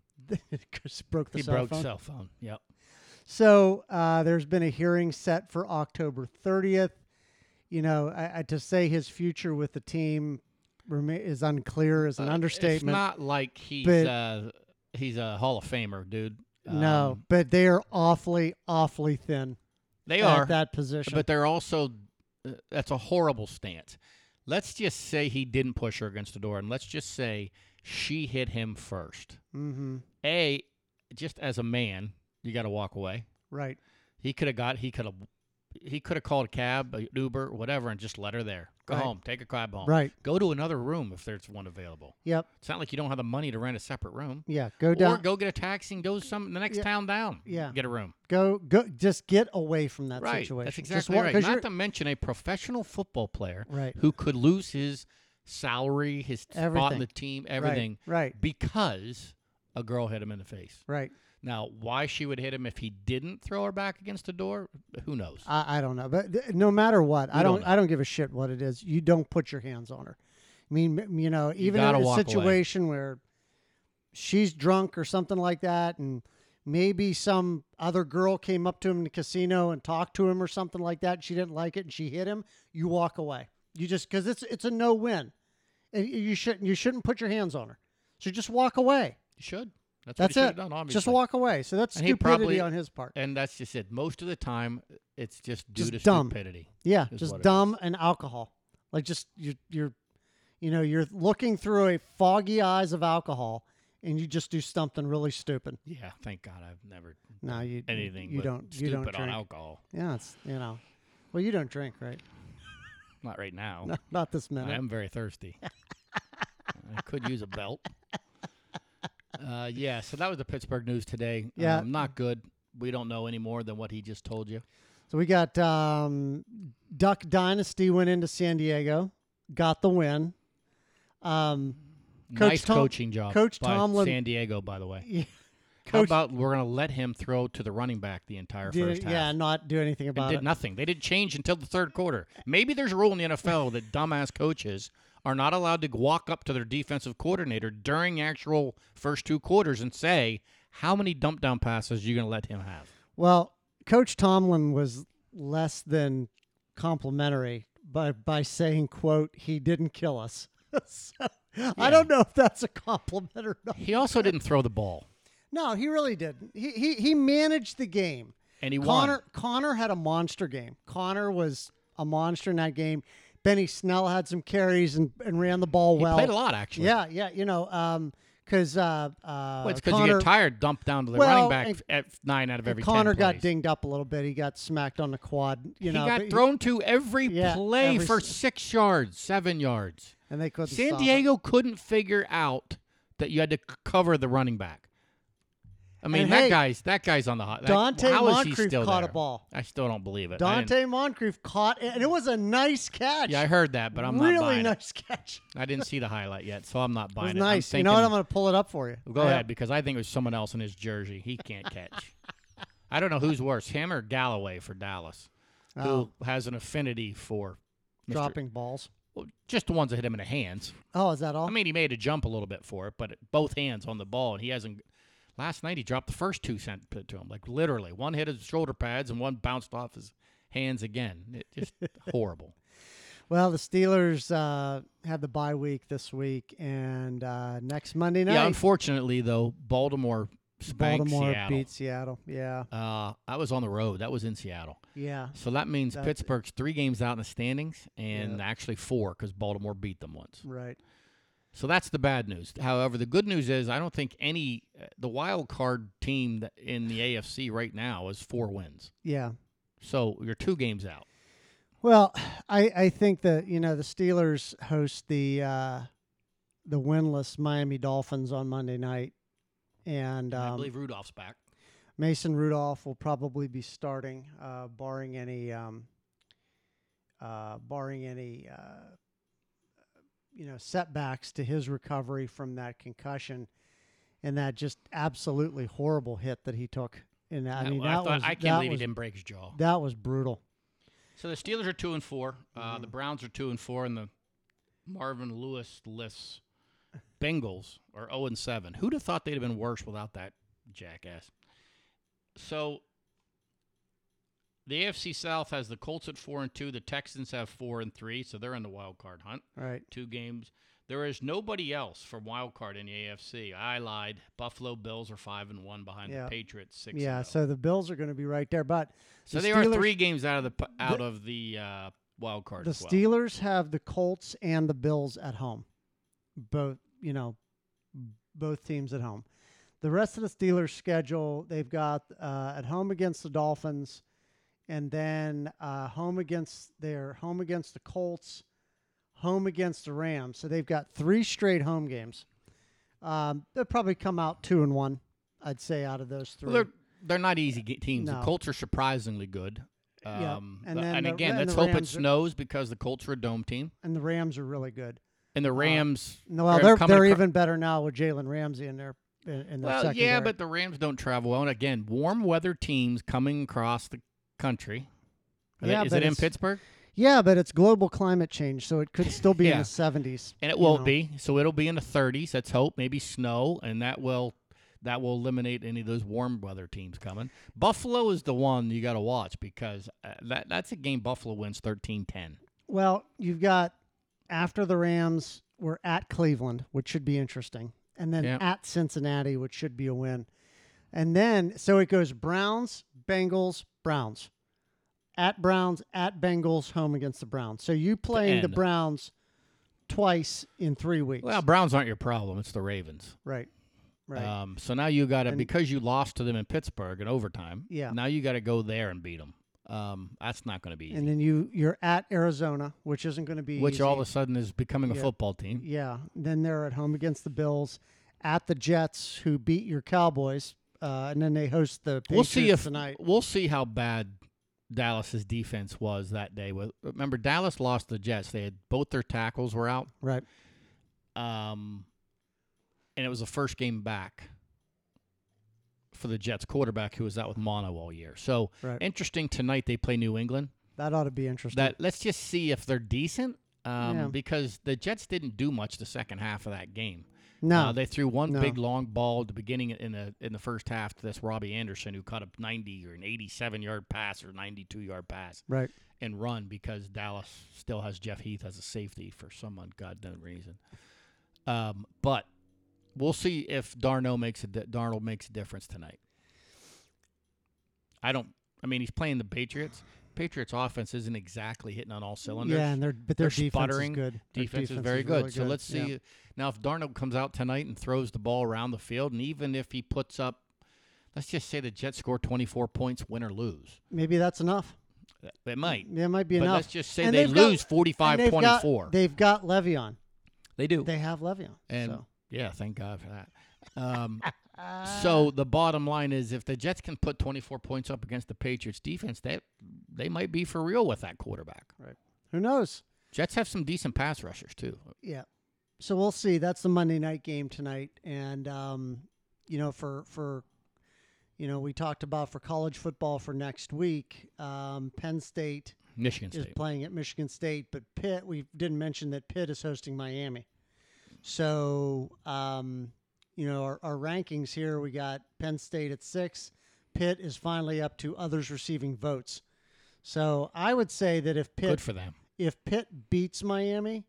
Speaker 2: 'Cause broke the
Speaker 1: He
Speaker 2: cell
Speaker 1: broke
Speaker 2: phone.
Speaker 1: cell phone. Yep.
Speaker 2: So uh, there's been a hearing set for October 30th. You know, I, I, to say his future with the team rema- is unclear is an
Speaker 1: Uh,
Speaker 2: understatement.
Speaker 1: It's not like he's
Speaker 2: but-
Speaker 1: uh, he's a Hall of Famer, dude.
Speaker 2: no,
Speaker 1: Um,
Speaker 2: but they are awfully, awfully thin.
Speaker 1: they
Speaker 2: at
Speaker 1: are,
Speaker 2: that position.
Speaker 1: but they're also uh, that's a horrible stance. Let's just say he didn't push her against the door, and let's just say she hit him first.
Speaker 2: mm-hmm.
Speaker 1: A, just as a man, you got to walk away.
Speaker 2: Right.
Speaker 1: He could have got he could have he could have called a cab, a Uber, whatever, and just let her there. Go
Speaker 2: Right.
Speaker 1: home, take a cab home.
Speaker 2: Right.
Speaker 1: Go to another room if there's one available.
Speaker 2: Yep.
Speaker 1: It's not like you don't have the money to rent a separate room.
Speaker 2: Yeah. Go down.
Speaker 1: Or go get a taxi and go some the next
Speaker 2: Yeah.
Speaker 1: town down.
Speaker 2: Yeah.
Speaker 1: Get a room.
Speaker 2: go. Go. Just get away from that
Speaker 1: right.
Speaker 2: situation.
Speaker 1: That's
Speaker 2: Just
Speaker 1: exactly
Speaker 2: wa-
Speaker 1: right.
Speaker 2: 'cause
Speaker 1: Not
Speaker 2: you're-
Speaker 1: to mention a professional football player
Speaker 2: Right.
Speaker 1: who could lose his salary, his spot
Speaker 2: Everything.
Speaker 1: on the team,
Speaker 2: right,
Speaker 1: everything
Speaker 2: Right.
Speaker 1: because a girl hit him in the face.
Speaker 2: Right.
Speaker 1: Now, why she would hit him if he didn't throw her back against the door, who knows?
Speaker 2: I, I don't know, but th- no matter what, I
Speaker 1: We don't
Speaker 2: don't.
Speaker 1: know.
Speaker 2: I don't give a shit what it is. You don't put your hands on her. I mean, m- you know, even in
Speaker 1: gotta
Speaker 2: a
Speaker 1: walk away.
Speaker 2: situation where she's drunk or something like that, and maybe some other girl came up to him in the casino and talked to him or something like that. And she didn't like it, and she hit him. You walk away. You just because it's it's a no win. You shouldn't you shouldn't put your hands on her. So just walk away.
Speaker 1: You should. That's,
Speaker 2: That's
Speaker 1: what he
Speaker 2: it.
Speaker 1: should have done, obviously.
Speaker 2: Just walk away. So that's
Speaker 1: And he
Speaker 2: stupidity
Speaker 1: probably-
Speaker 2: on his part.
Speaker 1: And that's just it. Most of the time, it's just due
Speaker 2: Just
Speaker 1: to
Speaker 2: dumb.
Speaker 1: stupidity.
Speaker 2: Yeah,
Speaker 1: is
Speaker 2: just
Speaker 1: what it is.
Speaker 2: dumb and alcohol. Like just you're, you're, you know, you're looking through a foggy eyes of alcohol, and you just do something really stupid.
Speaker 1: Yeah, thank God I've never
Speaker 2: No, you
Speaker 1: anything
Speaker 2: You
Speaker 1: but
Speaker 2: don't.
Speaker 1: stupid
Speaker 2: You don't
Speaker 1: on
Speaker 2: drink.
Speaker 1: alcohol.
Speaker 2: yeah, it's you know. Well, you don't drink, right? <laughs>
Speaker 1: Not right now.
Speaker 2: No, not this
Speaker 1: I
Speaker 2: minute.
Speaker 1: am very thirsty.
Speaker 2: <laughs>
Speaker 1: I could use a belt. Uh, yeah, so that was the Pittsburgh news today.
Speaker 2: Yeah.
Speaker 1: Um, not good. We don't know any more than what he just told you.
Speaker 2: So we got um, Duck Dynasty went into San Diego. got the win. Um, Coach
Speaker 1: nice
Speaker 2: Tom-
Speaker 1: coaching job.
Speaker 2: Coach
Speaker 1: by
Speaker 2: Tomlin-
Speaker 1: San Diego, by the way.
Speaker 2: yeah,
Speaker 1: How
Speaker 2: Coach-
Speaker 1: about we're going to let him throw to the running back the entire first
Speaker 2: did,
Speaker 1: half?
Speaker 2: yeah, not do anything
Speaker 1: and
Speaker 2: about
Speaker 1: did
Speaker 2: it.
Speaker 1: nothing. They didn't change until the third quarter. Maybe there's a rule in the NFL that dumbass coaches are not allowed to walk up to their defensive coordinator during actual first two quarters and say, "How many dump down passes are you going to let him have?"
Speaker 2: Well, Coach Tomlin was less than complimentary by by saying, "quote He didn't kill us." <laughs> so, I don't know if that's a compliment or not.
Speaker 1: He also didn't throw the ball,
Speaker 2: No, he really didn't. He he he managed the game.
Speaker 1: and he
Speaker 2: Connor
Speaker 1: won.
Speaker 2: Connor had a monster game. Connor was a monster in that game. Benny Snell had some carries and, and ran the ball
Speaker 1: He
Speaker 2: well.
Speaker 1: played a lot actually.
Speaker 2: Yeah, yeah, you know, um, because uh, uh,
Speaker 1: Well, it's because you
Speaker 2: Connor
Speaker 1: get tired, dump down to the
Speaker 2: Well,
Speaker 1: running back
Speaker 2: and-
Speaker 1: at nine out of every. 10
Speaker 2: Connor got
Speaker 1: plays.
Speaker 2: dinged up a little bit. He got smacked on the quad. You know,
Speaker 1: he got
Speaker 2: but
Speaker 1: thrown to every
Speaker 2: Yeah,
Speaker 1: play
Speaker 2: every
Speaker 1: for
Speaker 2: s-
Speaker 1: six yards, seven yards.
Speaker 2: and they couldn't.
Speaker 1: San
Speaker 2: stop it.
Speaker 1: Diego couldn't figure out that you had to c- cover the running back. I mean,
Speaker 2: And
Speaker 1: that
Speaker 2: hey,
Speaker 1: guy's that guy's on the hot. that-
Speaker 2: Dante
Speaker 1: how is he
Speaker 2: Moncrief
Speaker 1: still
Speaker 2: caught
Speaker 1: there?
Speaker 2: a ball.
Speaker 1: I still don't believe it. I didn't-
Speaker 2: Dante Moncrief caught it, and it was a nice catch.
Speaker 1: yeah, I heard that, but I'm
Speaker 2: really
Speaker 1: not buying
Speaker 2: nice catch.
Speaker 1: it. I didn't see the highlight yet, so I'm not
Speaker 2: It was
Speaker 1: buying it. I'm
Speaker 2: nice. you know what?
Speaker 1: thinking-
Speaker 2: I'm going to pull it up for you.
Speaker 1: Go
Speaker 2: Yeah.
Speaker 1: ahead, because I think it was someone else in his jersey. He can't catch. I don't know who's worse, him or Galloway for Dallas,
Speaker 2: Oh,
Speaker 1: who has an affinity for Mr.
Speaker 2: dropping balls.
Speaker 1: Well, just the ones that hit him in the hands.
Speaker 2: Oh, is that all?
Speaker 1: I mean, he made a jump a little bit for it, but both hands on the ball, and he hasn't. Last night he dropped the first two sent to him, like literally. One hit his shoulder pads, and one bounced off his hands again. It just <laughs> horrible.
Speaker 2: well, the Steelers uh, had the bye week this week, and uh, next Monday night,
Speaker 1: Yeah, unfortunately though, Baltimore spanked
Speaker 2: Baltimore
Speaker 1: Seattle.
Speaker 2: beat Seattle. Yeah,
Speaker 1: Uh, I was on the road. That was in Seattle,
Speaker 2: yeah.
Speaker 1: so that means
Speaker 2: That's-
Speaker 1: Pittsburgh's three games out in the standings, and
Speaker 2: Yeah.
Speaker 1: actually four because Baltimore beat them once.
Speaker 2: Right.
Speaker 1: So that's the bad news. However, the good news is I don't think any uh, the wild card team that- in the AFC right now is four wins.
Speaker 2: Yeah.
Speaker 1: So you're two games out.
Speaker 2: Well, I, I think that you know the Steelers host the uh, the winless Miami Dolphins on Monday night, and
Speaker 1: I
Speaker 2: um,
Speaker 1: believe Rudolph's back.
Speaker 2: Mason Rudolph will probably be starting, uh, barring any um, uh, barring any uh, you know setbacks to his recovery from that concussion and that just absolutely horrible hit that he took. And I mean
Speaker 1: I,
Speaker 2: that
Speaker 1: thought-
Speaker 2: was
Speaker 1: I
Speaker 2: that
Speaker 1: can't believe
Speaker 2: was-
Speaker 1: he didn't break his jaw.
Speaker 2: that was brutal.
Speaker 1: So the Steelers are two and four. Uh,
Speaker 2: Mm-hmm.
Speaker 1: The Browns are two and four, and the Marvin Lewis lists Bengals are zero and seven. Who'd have thought they'd have been worse without that jackass? So the AFC South has the Colts at four and two. The Texans have four and three, so they're in the wild card hunt.
Speaker 2: Right.
Speaker 1: two games. There is nobody else for wild card in the AFC. I lied. Buffalo Bills are five and one behind
Speaker 2: Yeah.
Speaker 1: the Patriots six. and
Speaker 2: Yeah,
Speaker 1: oh.
Speaker 2: so the Bills are going to be right there, but
Speaker 1: so
Speaker 2: the
Speaker 1: they
Speaker 2: Steelers-
Speaker 1: are three games out of the p- out of the uh, wild card.
Speaker 2: The
Speaker 1: as well.
Speaker 2: Steelers have the Colts and the Bills at home. Both, you know, both teams at home. The rest of the Steelers schedule, they've got uh, at home against the Dolphins, and then uh, home against their home against the Colts, home against the Rams. So they've got three straight home games. Um, they'll probably come out two and one, I'd say, out of those three.
Speaker 1: Well, they're they're not easy ge- teams.
Speaker 2: No.
Speaker 1: The Colts are surprisingly good.
Speaker 2: Yeah,
Speaker 1: Um,
Speaker 2: and
Speaker 1: the-
Speaker 2: then the-
Speaker 1: again,
Speaker 2: and
Speaker 1: let's
Speaker 2: the
Speaker 1: hope it
Speaker 2: Rams are-
Speaker 1: snows because the Colts are a dome team
Speaker 2: and the Rams are really good.
Speaker 1: and the Rams.
Speaker 2: No, well,
Speaker 1: are
Speaker 2: they're
Speaker 1: coming
Speaker 2: they're
Speaker 1: acro-
Speaker 2: even better now with Jalen Ramsey in their in, in their
Speaker 1: Well,
Speaker 2: secondary.
Speaker 1: yeah, but the Rams don't travel well. And again, warm weather teams coming across the country. Are they-
Speaker 2: Yeah,
Speaker 1: is
Speaker 2: but
Speaker 1: it in
Speaker 2: it's-
Speaker 1: Pittsburgh?
Speaker 2: Yeah, but it's global climate change, so it could still be in
Speaker 1: Yeah.
Speaker 2: the seventies.
Speaker 1: and it won't be. So it'll be in the 30s. Let's hope. Maybe snow, and that will that will eliminate any of those warm weather teams coming. Buffalo is the one you got to watch because uh, that that's a game Buffalo wins 13-10.
Speaker 2: Well, you've got after the Rams, we're at Cleveland, which should be interesting, and then
Speaker 1: Yeah.
Speaker 2: at Cincinnati, which should be a win, and then so it goes Browns, Bengals, Browns, at Browns, at Bengals, home against the Browns. So you playing the
Speaker 1: end.
Speaker 2: Browns twice in three weeks,
Speaker 1: Well, Browns aren't your problem. It's the Ravens.
Speaker 2: right? Right.
Speaker 1: Um, so now you got to
Speaker 2: And-
Speaker 1: because you lost to them in Pittsburgh in overtime.
Speaker 2: Yeah.
Speaker 1: Now you got to go there and beat them. Um, that's not going to be easy.
Speaker 2: and then you you're at Arizona, which isn't going to be
Speaker 1: Which
Speaker 2: easy.
Speaker 1: all of a sudden is becoming a
Speaker 2: Yeah.
Speaker 1: football team.
Speaker 2: Yeah. Then they're at home against the Bills, at the Jets, who beat your Cowboys, uh, and then they host the Patriots
Speaker 1: we'll see if
Speaker 2: tonight.
Speaker 1: we'll see how bad Dallas's defense was that day. With remember, Dallas lost the Jets. They had both their tackles were out,
Speaker 2: Right.
Speaker 1: um, and it was the first game back for the Jets quarterback who was out with mono all year. So
Speaker 2: Right.
Speaker 1: interesting tonight. They play New England.
Speaker 2: That ought to be interesting.
Speaker 1: That let's just see if they're decent. Um,
Speaker 2: Yeah.
Speaker 1: Because the Jets didn't do much the second half of that game.
Speaker 2: no.
Speaker 1: Uh, they threw one
Speaker 2: No.
Speaker 1: big long ball at the beginning in the in the first half to this Robbie Anderson who caught a 90 or an 87 yard pass or 92 yard pass
Speaker 2: right.
Speaker 1: and run because Dallas still has Jeff Heath as a safety for some ungoddamn reason. Um, but we'll see if Darno makes a di- Darnold makes a difference tonight. I don't. I mean, he's playing the Patriots. Patriots offense isn't exactly hitting on all cylinders.
Speaker 2: Yeah, and their but
Speaker 1: They're
Speaker 2: their defense
Speaker 1: sputtering.
Speaker 2: is good. Their
Speaker 1: defense, is very good.
Speaker 2: really
Speaker 1: So let's
Speaker 2: Yeah.
Speaker 1: see now if Darnold comes out tonight and throws the ball around the field, and even if he puts up, let's just say the Jets score 24 points, win or lose,
Speaker 2: Maybe that's enough.
Speaker 1: Th- they might.
Speaker 2: Yeah, it might Mm, be
Speaker 1: But
Speaker 2: enough.
Speaker 1: let's just say
Speaker 2: And
Speaker 1: they
Speaker 2: they've got-
Speaker 1: lose
Speaker 2: And
Speaker 1: 45
Speaker 2: they've got-
Speaker 1: 24.
Speaker 2: They've got Le'Veon.
Speaker 1: They do.
Speaker 2: They have Le'Veon.
Speaker 1: and
Speaker 2: so.
Speaker 1: yeah, thank God for that.
Speaker 2: <laughs>
Speaker 1: Um, so the bottom line is if the Jets can put 24 points up against the Patriots defense, they, they might be for real with that quarterback.
Speaker 2: Who knows?
Speaker 1: Jets have some decent pass rushers, too.
Speaker 2: Yeah. So we'll see. That's the Monday night game tonight, and um, you know, for for you know, we talked about for college football for next week. Um, Penn State
Speaker 1: Michigan
Speaker 2: is
Speaker 1: State.
Speaker 2: playing at Michigan State, but Pitt. We didn't mention that Pitt is hosting Miami. So um, you know, our, our rankings here. We got Penn State at six. Pitt is finally up to others receiving votes. So I would say that if Pitt
Speaker 1: Good for them.
Speaker 2: if Pitt beats Miami,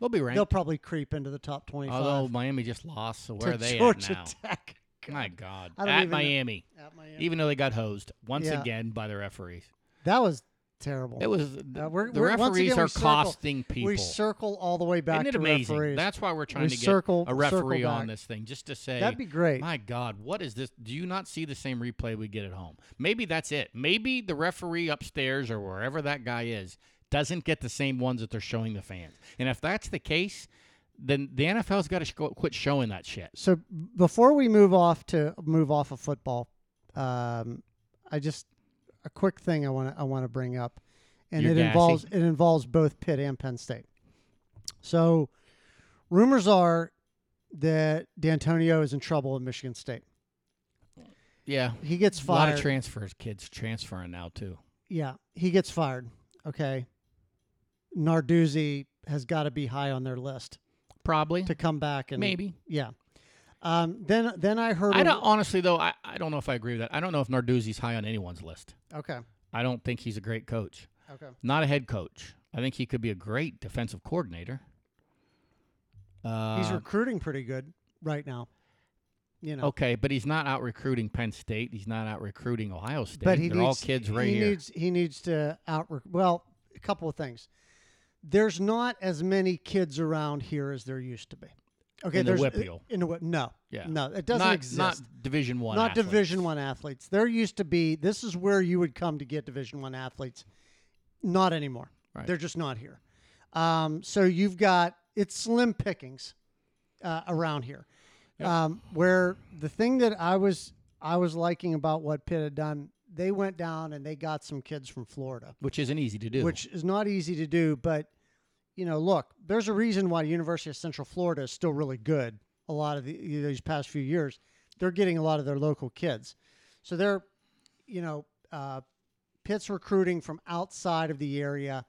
Speaker 1: They'll be ranked.
Speaker 2: They'll probably creep into the top 25.
Speaker 1: Although Miami just lost, so Oh, where
Speaker 2: to
Speaker 1: are they
Speaker 2: Georgia
Speaker 1: at now?
Speaker 2: Tech.
Speaker 1: My God,
Speaker 2: I don't
Speaker 1: at
Speaker 2: even know.
Speaker 1: Miami,
Speaker 2: At Miami.
Speaker 1: even though they got hosed once
Speaker 2: Yeah.
Speaker 1: again by the referees.
Speaker 2: that was terrible.
Speaker 1: It was
Speaker 2: Uh, we're-
Speaker 1: the
Speaker 2: we're- once
Speaker 1: referees
Speaker 2: again, we
Speaker 1: are
Speaker 2: circle-
Speaker 1: costing people.
Speaker 2: We circle all the way back
Speaker 1: Isn't it
Speaker 2: to
Speaker 1: amazing?
Speaker 2: referees.
Speaker 1: That's why we're trying
Speaker 2: We
Speaker 1: to get
Speaker 2: circle-
Speaker 1: a referee
Speaker 2: circle
Speaker 1: on
Speaker 2: back.
Speaker 1: this thing, just to say,
Speaker 2: That'd be great.
Speaker 1: my God, what is this? Do you not see the same replay we get at home? Maybe that's it. Maybe the referee upstairs or wherever that guy is doesn't get the same ones that they're showing the fans. And if that's the case, then the NFL's got to quit showing that shit.
Speaker 2: so before we move off to move off of football, um, I just a quick thing I want to I want to bring up, and
Speaker 1: You're
Speaker 2: it
Speaker 1: gassy.
Speaker 2: involves it involves both Pitt and Penn State. So, rumors are that D'Antonio is in trouble at Michigan State.
Speaker 1: Yeah,
Speaker 2: He gets
Speaker 1: a lot
Speaker 2: fired.
Speaker 1: of transfers. Kids transferring now too.
Speaker 2: Yeah, he gets fired. Okay. Narduzzi has got to be high on their list
Speaker 1: Probably,
Speaker 2: to come back and
Speaker 1: maybe.
Speaker 2: Yeah. Um, then then I heard
Speaker 1: I
Speaker 2: a-
Speaker 1: don't honestly though. I, I don't know if I agree with that. I don't know if Narduzzi's high on anyone's list.
Speaker 2: Okay.
Speaker 1: I don't think he's a great coach.
Speaker 2: Okay.
Speaker 1: Not a head coach. I think he could be a great defensive coordinator. Uh, Oh,
Speaker 2: He's recruiting pretty good right now. You know.
Speaker 1: okay, but he's not out recruiting Penn State. He's not out recruiting Ohio State.
Speaker 2: But he
Speaker 1: They're
Speaker 2: needs
Speaker 1: all kids right
Speaker 2: he
Speaker 1: here.
Speaker 2: needs he needs to out well, a couple of things. There's not as many kids around here as there used to be. Okay,
Speaker 1: In the
Speaker 2: there's
Speaker 1: Whippeal.
Speaker 2: in the Whip- no.
Speaker 1: Yeah.
Speaker 2: No, it doesn't
Speaker 1: not,
Speaker 2: exist.
Speaker 1: Not Division One.
Speaker 2: not
Speaker 1: athletes.
Speaker 2: division one athletes there used to be this is where you would come to get division one athletes not anymore
Speaker 1: Right.
Speaker 2: they're just not here um, so you've got it's slim pickings uh, around here um, where the thing that i was i was liking about what pitt had done they went down and they got some kids from florida
Speaker 1: which isn't easy to do.
Speaker 2: which is not easy to do but you know look there's a reason why university of central florida is still really good a lot of the, these past few years they're getting a lot of their local kids so they're you know uh, pitt's recruiting from outside of the area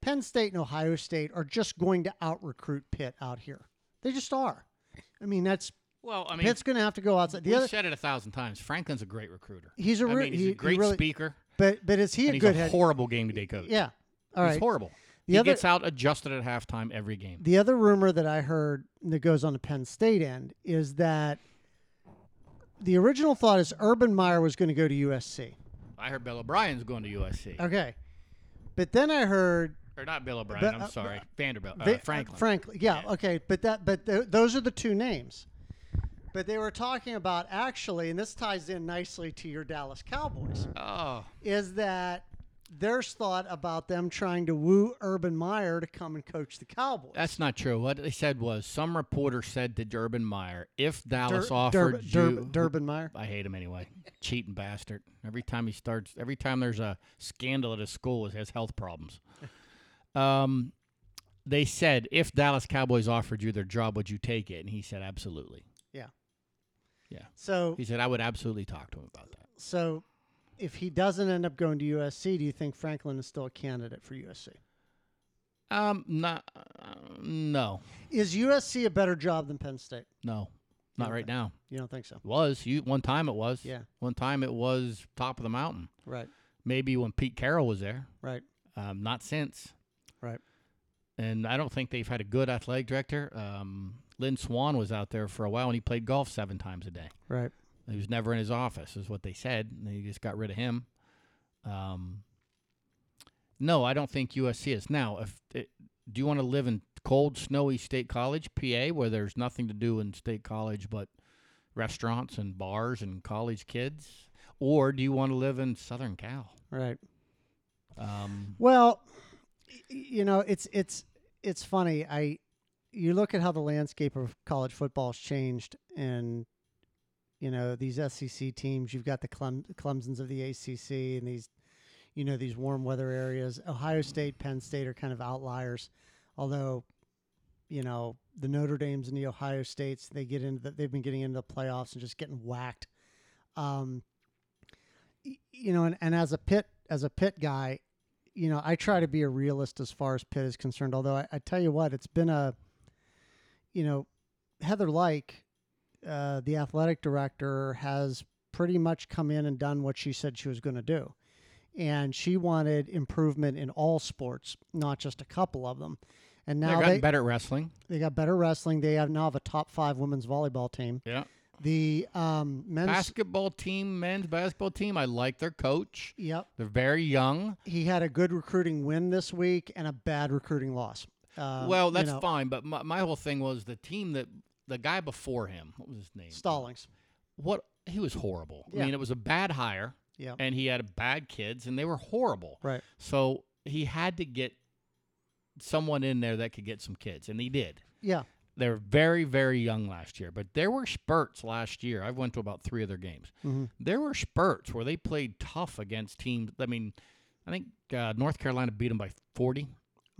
Speaker 2: penn state and ohio state are just going to out recruit pitt out here they just are i mean that's
Speaker 1: well, I mean,
Speaker 2: pitt's going to have to go outside the
Speaker 1: we've
Speaker 2: other
Speaker 1: said it a thousand times. Franklin's a great recruiter.
Speaker 2: he's a,
Speaker 1: I
Speaker 2: re-
Speaker 1: mean, he's
Speaker 2: he-
Speaker 1: a
Speaker 2: he
Speaker 1: great
Speaker 2: really-
Speaker 1: speaker.
Speaker 2: but but is he a
Speaker 1: and he's
Speaker 2: good
Speaker 1: a
Speaker 2: head
Speaker 1: horrible game to day coach.
Speaker 2: yeah all
Speaker 1: he's
Speaker 2: right
Speaker 1: horrible.
Speaker 2: The
Speaker 1: he
Speaker 2: other-
Speaker 1: gets out adjusted at halftime every game.
Speaker 2: The other rumor that I heard that goes on the Penn State end is that the original thought is Urban Meyer was going to go to USC.
Speaker 1: I heard Bill O'Brien's going to USC,
Speaker 2: Okay. But then I heard
Speaker 1: or not Bill O'Brien.
Speaker 2: But,
Speaker 1: I'm
Speaker 2: uh,
Speaker 1: sorry, Vanderbilt, uh,
Speaker 2: Va-
Speaker 1: Franklin.
Speaker 2: Franklin. Yeah, okay. But that but th- those are the two names. But they were talking about actually and this ties in nicely to your Dallas Cowboys
Speaker 1: oh,
Speaker 2: is that there's thought about them trying to woo Urban Meyer to come and coach the Cowboys.
Speaker 1: That's not true. What they said was some reporter said to Durbin Meyer, if Dallas
Speaker 2: Dur-
Speaker 1: offered
Speaker 2: Durb-
Speaker 1: you,
Speaker 2: Durb- Durbin Meyer.
Speaker 1: I hate him anyway. Cheating bastard. Every time he starts, every time there's a scandal at his school, he has health
Speaker 2: <laughs>
Speaker 1: problems. Um, they said if Dallas Cowboys offered you their job, would you take it? And he said absolutely.
Speaker 2: So
Speaker 1: He said I would absolutely talk to him about that.
Speaker 2: so if he doesn't end up going to USC, do you think Franklin is still a candidate for USC?
Speaker 1: Um, not, uh, no,
Speaker 2: Is USC a better job than Penn State?
Speaker 1: no, not
Speaker 2: Okay.
Speaker 1: right now.
Speaker 2: You don't think so?
Speaker 1: Was you one time it was
Speaker 2: Yeah.
Speaker 1: one time it was top of the mountain.
Speaker 2: Right.
Speaker 1: Maybe when Pete Carroll was there.
Speaker 2: Right.
Speaker 1: Um, not since.
Speaker 2: Right.
Speaker 1: And I don't think they've had a good athletic director. Um, Lynn Swan was out there for a while, and he played golf seven times a day.
Speaker 2: Right.
Speaker 1: He was never in his office, is what they said. And they just got rid of him. Um, no, I don't think USC is now. If it, do you want to live in cold, snowy State College, PA, where there's nothing to do in State College but restaurants and bars and college kids, or do you want to live in Southern Cal?
Speaker 2: Right.
Speaker 1: Um,
Speaker 2: Well, y- you know, it's it's it's funny. I you look at how the landscape of college football has changed, and you know these SEC teams. You've got the Clem, Clemson's of the ACC, and these you know these warm weather areas. Ohio State, Penn State are kind of outliers, although you know the Notre Dames and the Ohio States they get into the, they've been getting into the playoffs and just getting whacked. Um, y- you know, and, and as a pit as a pit guy, you know, I try to be a realist as far as Pitt is concerned. Although I, I tell you what, it's been a, you know, Heather Like, uh, the athletic director, has pretty much come in and done what she said she was going to do. And she wanted improvement in all sports, not just a couple of them. And
Speaker 1: they're
Speaker 2: now
Speaker 1: gotten
Speaker 2: they,
Speaker 1: better at wrestling.
Speaker 2: they got better wrestling. They have now have a top five women's volleyball team.
Speaker 1: Yeah.
Speaker 2: The um, men's.
Speaker 1: basketball team, men's basketball team. I like their coach.
Speaker 2: yep.
Speaker 1: They're very young.
Speaker 2: He had a good recruiting win this week and a bad recruiting loss. Um,
Speaker 1: well,
Speaker 2: you
Speaker 1: that's
Speaker 2: know,
Speaker 1: fine. But my, my whole thing was the team that the guy before him, what was his name?
Speaker 2: Stallings.
Speaker 1: What he was horrible.
Speaker 2: Yeah.
Speaker 1: I mean, it was a bad hire,
Speaker 2: Yeah.
Speaker 1: and he had bad kids, and they were horrible.
Speaker 2: Right.
Speaker 1: So he had to get someone in there that could get some kids, and he did.
Speaker 2: Yeah.
Speaker 1: They were very, very young last year, but there were spurts last year. I went to about three of their games.
Speaker 2: hmm
Speaker 1: there were spurts where they played tough against teams. I mean, I think uh, North Carolina beat them by 40,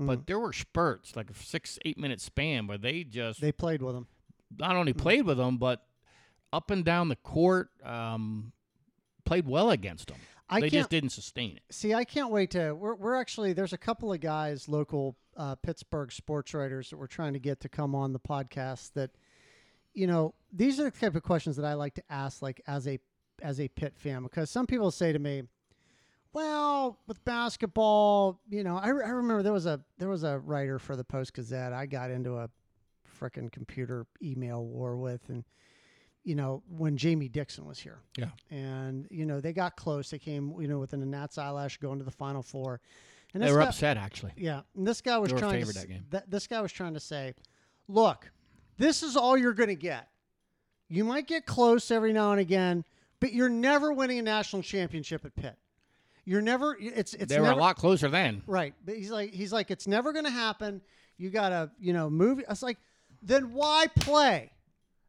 Speaker 2: Mm.
Speaker 1: but there were spurts, like a six, eight minute span, where they just
Speaker 2: they Mm. played with him.
Speaker 1: not only played with them, but up and down the court, um, played well against them.
Speaker 2: I
Speaker 1: they
Speaker 2: can't
Speaker 1: just didn't sustain it.
Speaker 2: see. I can't wait to. We're we're actually there's a couple of guys, local uh, Pittsburgh sports writers that we're trying to get to come on the podcast. That you know, these are the type of questions that I like to ask, like as a as a pit fan, because some people say to me, "Well, with basketball, you know, I, re- I remember there was a there was a writer for the Post Gazette. I got into a frickin' computer email war with, and you know, when Jamie Dixon was here,
Speaker 1: Yeah.
Speaker 2: and you know, they got close. They came, you know, within a gnat's eyelash going to the Final Four, and
Speaker 1: They
Speaker 2: this
Speaker 1: were
Speaker 2: guy-
Speaker 1: upset, actually.
Speaker 2: yeah, and this guy was
Speaker 1: They were
Speaker 2: trying to
Speaker 1: favored
Speaker 2: s-
Speaker 1: that game.
Speaker 2: th- this guy was trying to say, look, this is all you're going to get. You might get close every now and again, but you're never winning a national championship at Pitt. You're never. It's it's
Speaker 1: they were
Speaker 2: never,
Speaker 1: a lot closer then.
Speaker 2: right. But he's like he's like it's never going to happen. You gotta you know move. It's like then why play?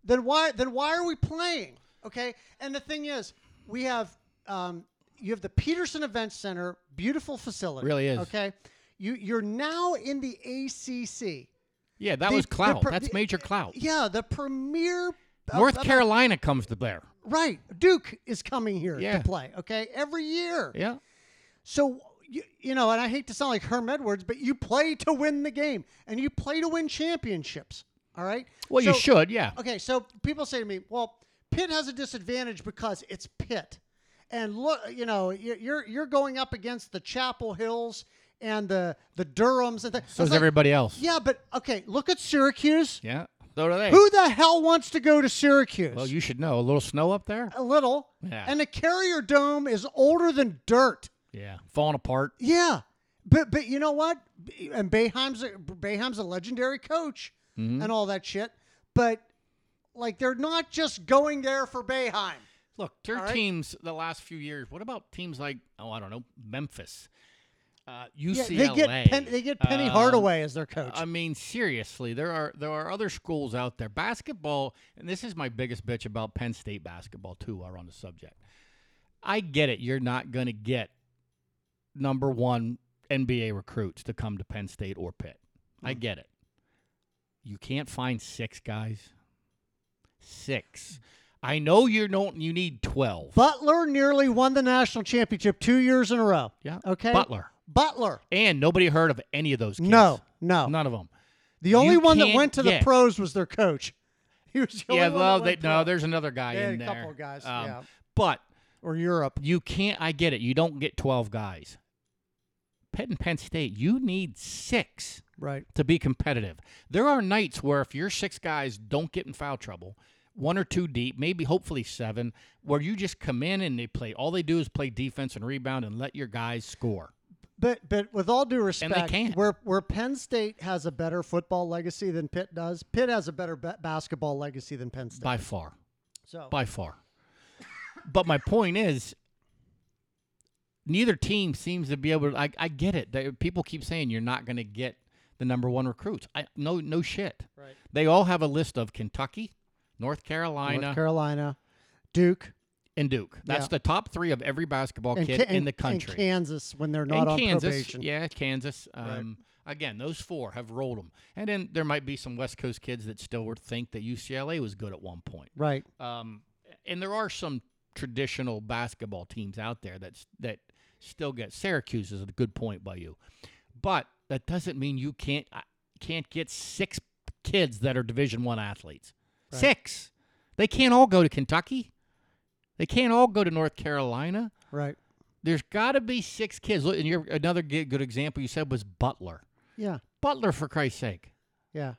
Speaker 2: Then why then why are we playing? Okay. And the thing is, we have um, you have the Peterson Event Center, beautiful facility.
Speaker 1: Really is.
Speaker 2: Okay. You you're now in the ACC.
Speaker 1: Yeah, that
Speaker 2: They-
Speaker 1: was
Speaker 2: they're
Speaker 1: clout.
Speaker 2: pro-
Speaker 1: That's major clout.
Speaker 2: Yeah, the premier.
Speaker 1: North
Speaker 2: uh,
Speaker 1: Carolina comes to Blair.
Speaker 2: Right. Duke is coming here
Speaker 1: Yeah.
Speaker 2: to play. Okay. Every year.
Speaker 1: Yeah.
Speaker 2: So you, you know, and I hate to sound like Herm Edwards, but you play to win the game and you play to win championships. All right.
Speaker 1: Well, you
Speaker 2: So-
Speaker 1: should, yeah.
Speaker 2: Okay, so people say to me, "Well, Pitt has a disadvantage because it's Pitt, and look, you know, you're you're, you're going up against the Chapel Hills and the the Durham's and the."
Speaker 1: So is everybody else.
Speaker 2: Yeah, but okay, look at Syracuse.
Speaker 1: Yeah. So do they.
Speaker 2: Who the hell wants to go to Syracuse?
Speaker 1: well, you should know. A little snow up there?
Speaker 2: a little.
Speaker 1: Yeah.
Speaker 2: And the Carrier Dome is older than dirt.
Speaker 1: Yeah. Falling apart.
Speaker 2: Yeah, but but you know what? And Bayheim's a, Boeheim's a legendary coach
Speaker 1: Mm-hmm.
Speaker 2: and all that shit. But like, they're not just going there for Bayheim.
Speaker 1: Look, their
Speaker 2: All right.
Speaker 1: teams the last few years. What about teams like oh I don't know Memphis? Uh,
Speaker 2: Yeah,
Speaker 1: UCLA.
Speaker 2: they get Pen- they get Penny
Speaker 1: Um,
Speaker 2: Hardaway as their coach.
Speaker 1: I mean, seriously, there are there are other schools out there. Basketball, and this is my biggest bitch about Penn State basketball too. While we're on the subject, I get it. You're not going to get number one NBA recruits to come to Penn State or Pitt. I
Speaker 2: Mm.
Speaker 1: get it. You can't find six guys. Six. I know you don't. You need twelve.
Speaker 2: Butler nearly won the national championship two years in a row.
Speaker 1: yeah.
Speaker 2: Okay.
Speaker 1: Butler.
Speaker 2: Butler.
Speaker 1: And nobody heard of any of those kids.
Speaker 2: No, no.
Speaker 1: None of them.
Speaker 2: The only
Speaker 1: You
Speaker 2: one that
Speaker 1: can't
Speaker 2: went to the
Speaker 1: get-
Speaker 2: pros was their coach. <laughs> He was the
Speaker 1: yeah,
Speaker 2: only
Speaker 1: well,
Speaker 2: one that
Speaker 1: they,
Speaker 2: went
Speaker 1: no,
Speaker 2: pro.
Speaker 1: there's another guy
Speaker 2: They had
Speaker 1: in
Speaker 2: a
Speaker 1: there.
Speaker 2: couple guys,
Speaker 1: Um,
Speaker 2: yeah.
Speaker 1: But
Speaker 2: or Europe.
Speaker 1: you can't. I get it. You don't get 12 guys. Pitt and Penn State, you need six
Speaker 2: Right.
Speaker 1: to be competitive. There are nights where if your six guys don't get in foul trouble, one or two deep, maybe hopefully seven, where you just come in and they play. All they do is play defense and rebound and let your guys score.
Speaker 2: But but with all due respect,
Speaker 1: can't.
Speaker 2: where where Penn State has a better football legacy than Pitt does, Pitt has a better ba- basketball legacy than Penn State.
Speaker 1: By far.
Speaker 2: so
Speaker 1: by far. but my point is, neither team seems to be able. To, I I get it. They, people keep saying you're not going to get the number one recruits. I no no shit.
Speaker 2: Right.
Speaker 1: They all have a list of Kentucky, North Carolina,
Speaker 2: North Carolina, Duke,
Speaker 1: and Duke. That's
Speaker 2: Yeah.
Speaker 1: the top three of every basketball
Speaker 2: and,
Speaker 1: kid
Speaker 2: Ca-
Speaker 1: in
Speaker 2: and-
Speaker 1: the
Speaker 2: and
Speaker 1: country.
Speaker 2: Kansas when they're not
Speaker 1: and
Speaker 2: on
Speaker 1: Kansas,
Speaker 2: probation.
Speaker 1: yeah, Kansas. Um, Again, those four have rolled them, and then there might be some West Coast kids that still would think that UCLA was good at one point.
Speaker 2: Right.
Speaker 1: Um, and there are some traditional basketball teams out there that's that still get Syracuse is a good point by you, but that doesn't mean you can't I- can't get six kids that are Division One athletes.
Speaker 2: Right.
Speaker 1: Six, they can't all go to Kentucky. They can't all go to North Carolina.
Speaker 2: Right.
Speaker 1: There's got to be six kids. Look, and your another g- good example you said was Butler.
Speaker 2: Yeah.
Speaker 1: Butler, for Christ's sake.
Speaker 2: Yeah.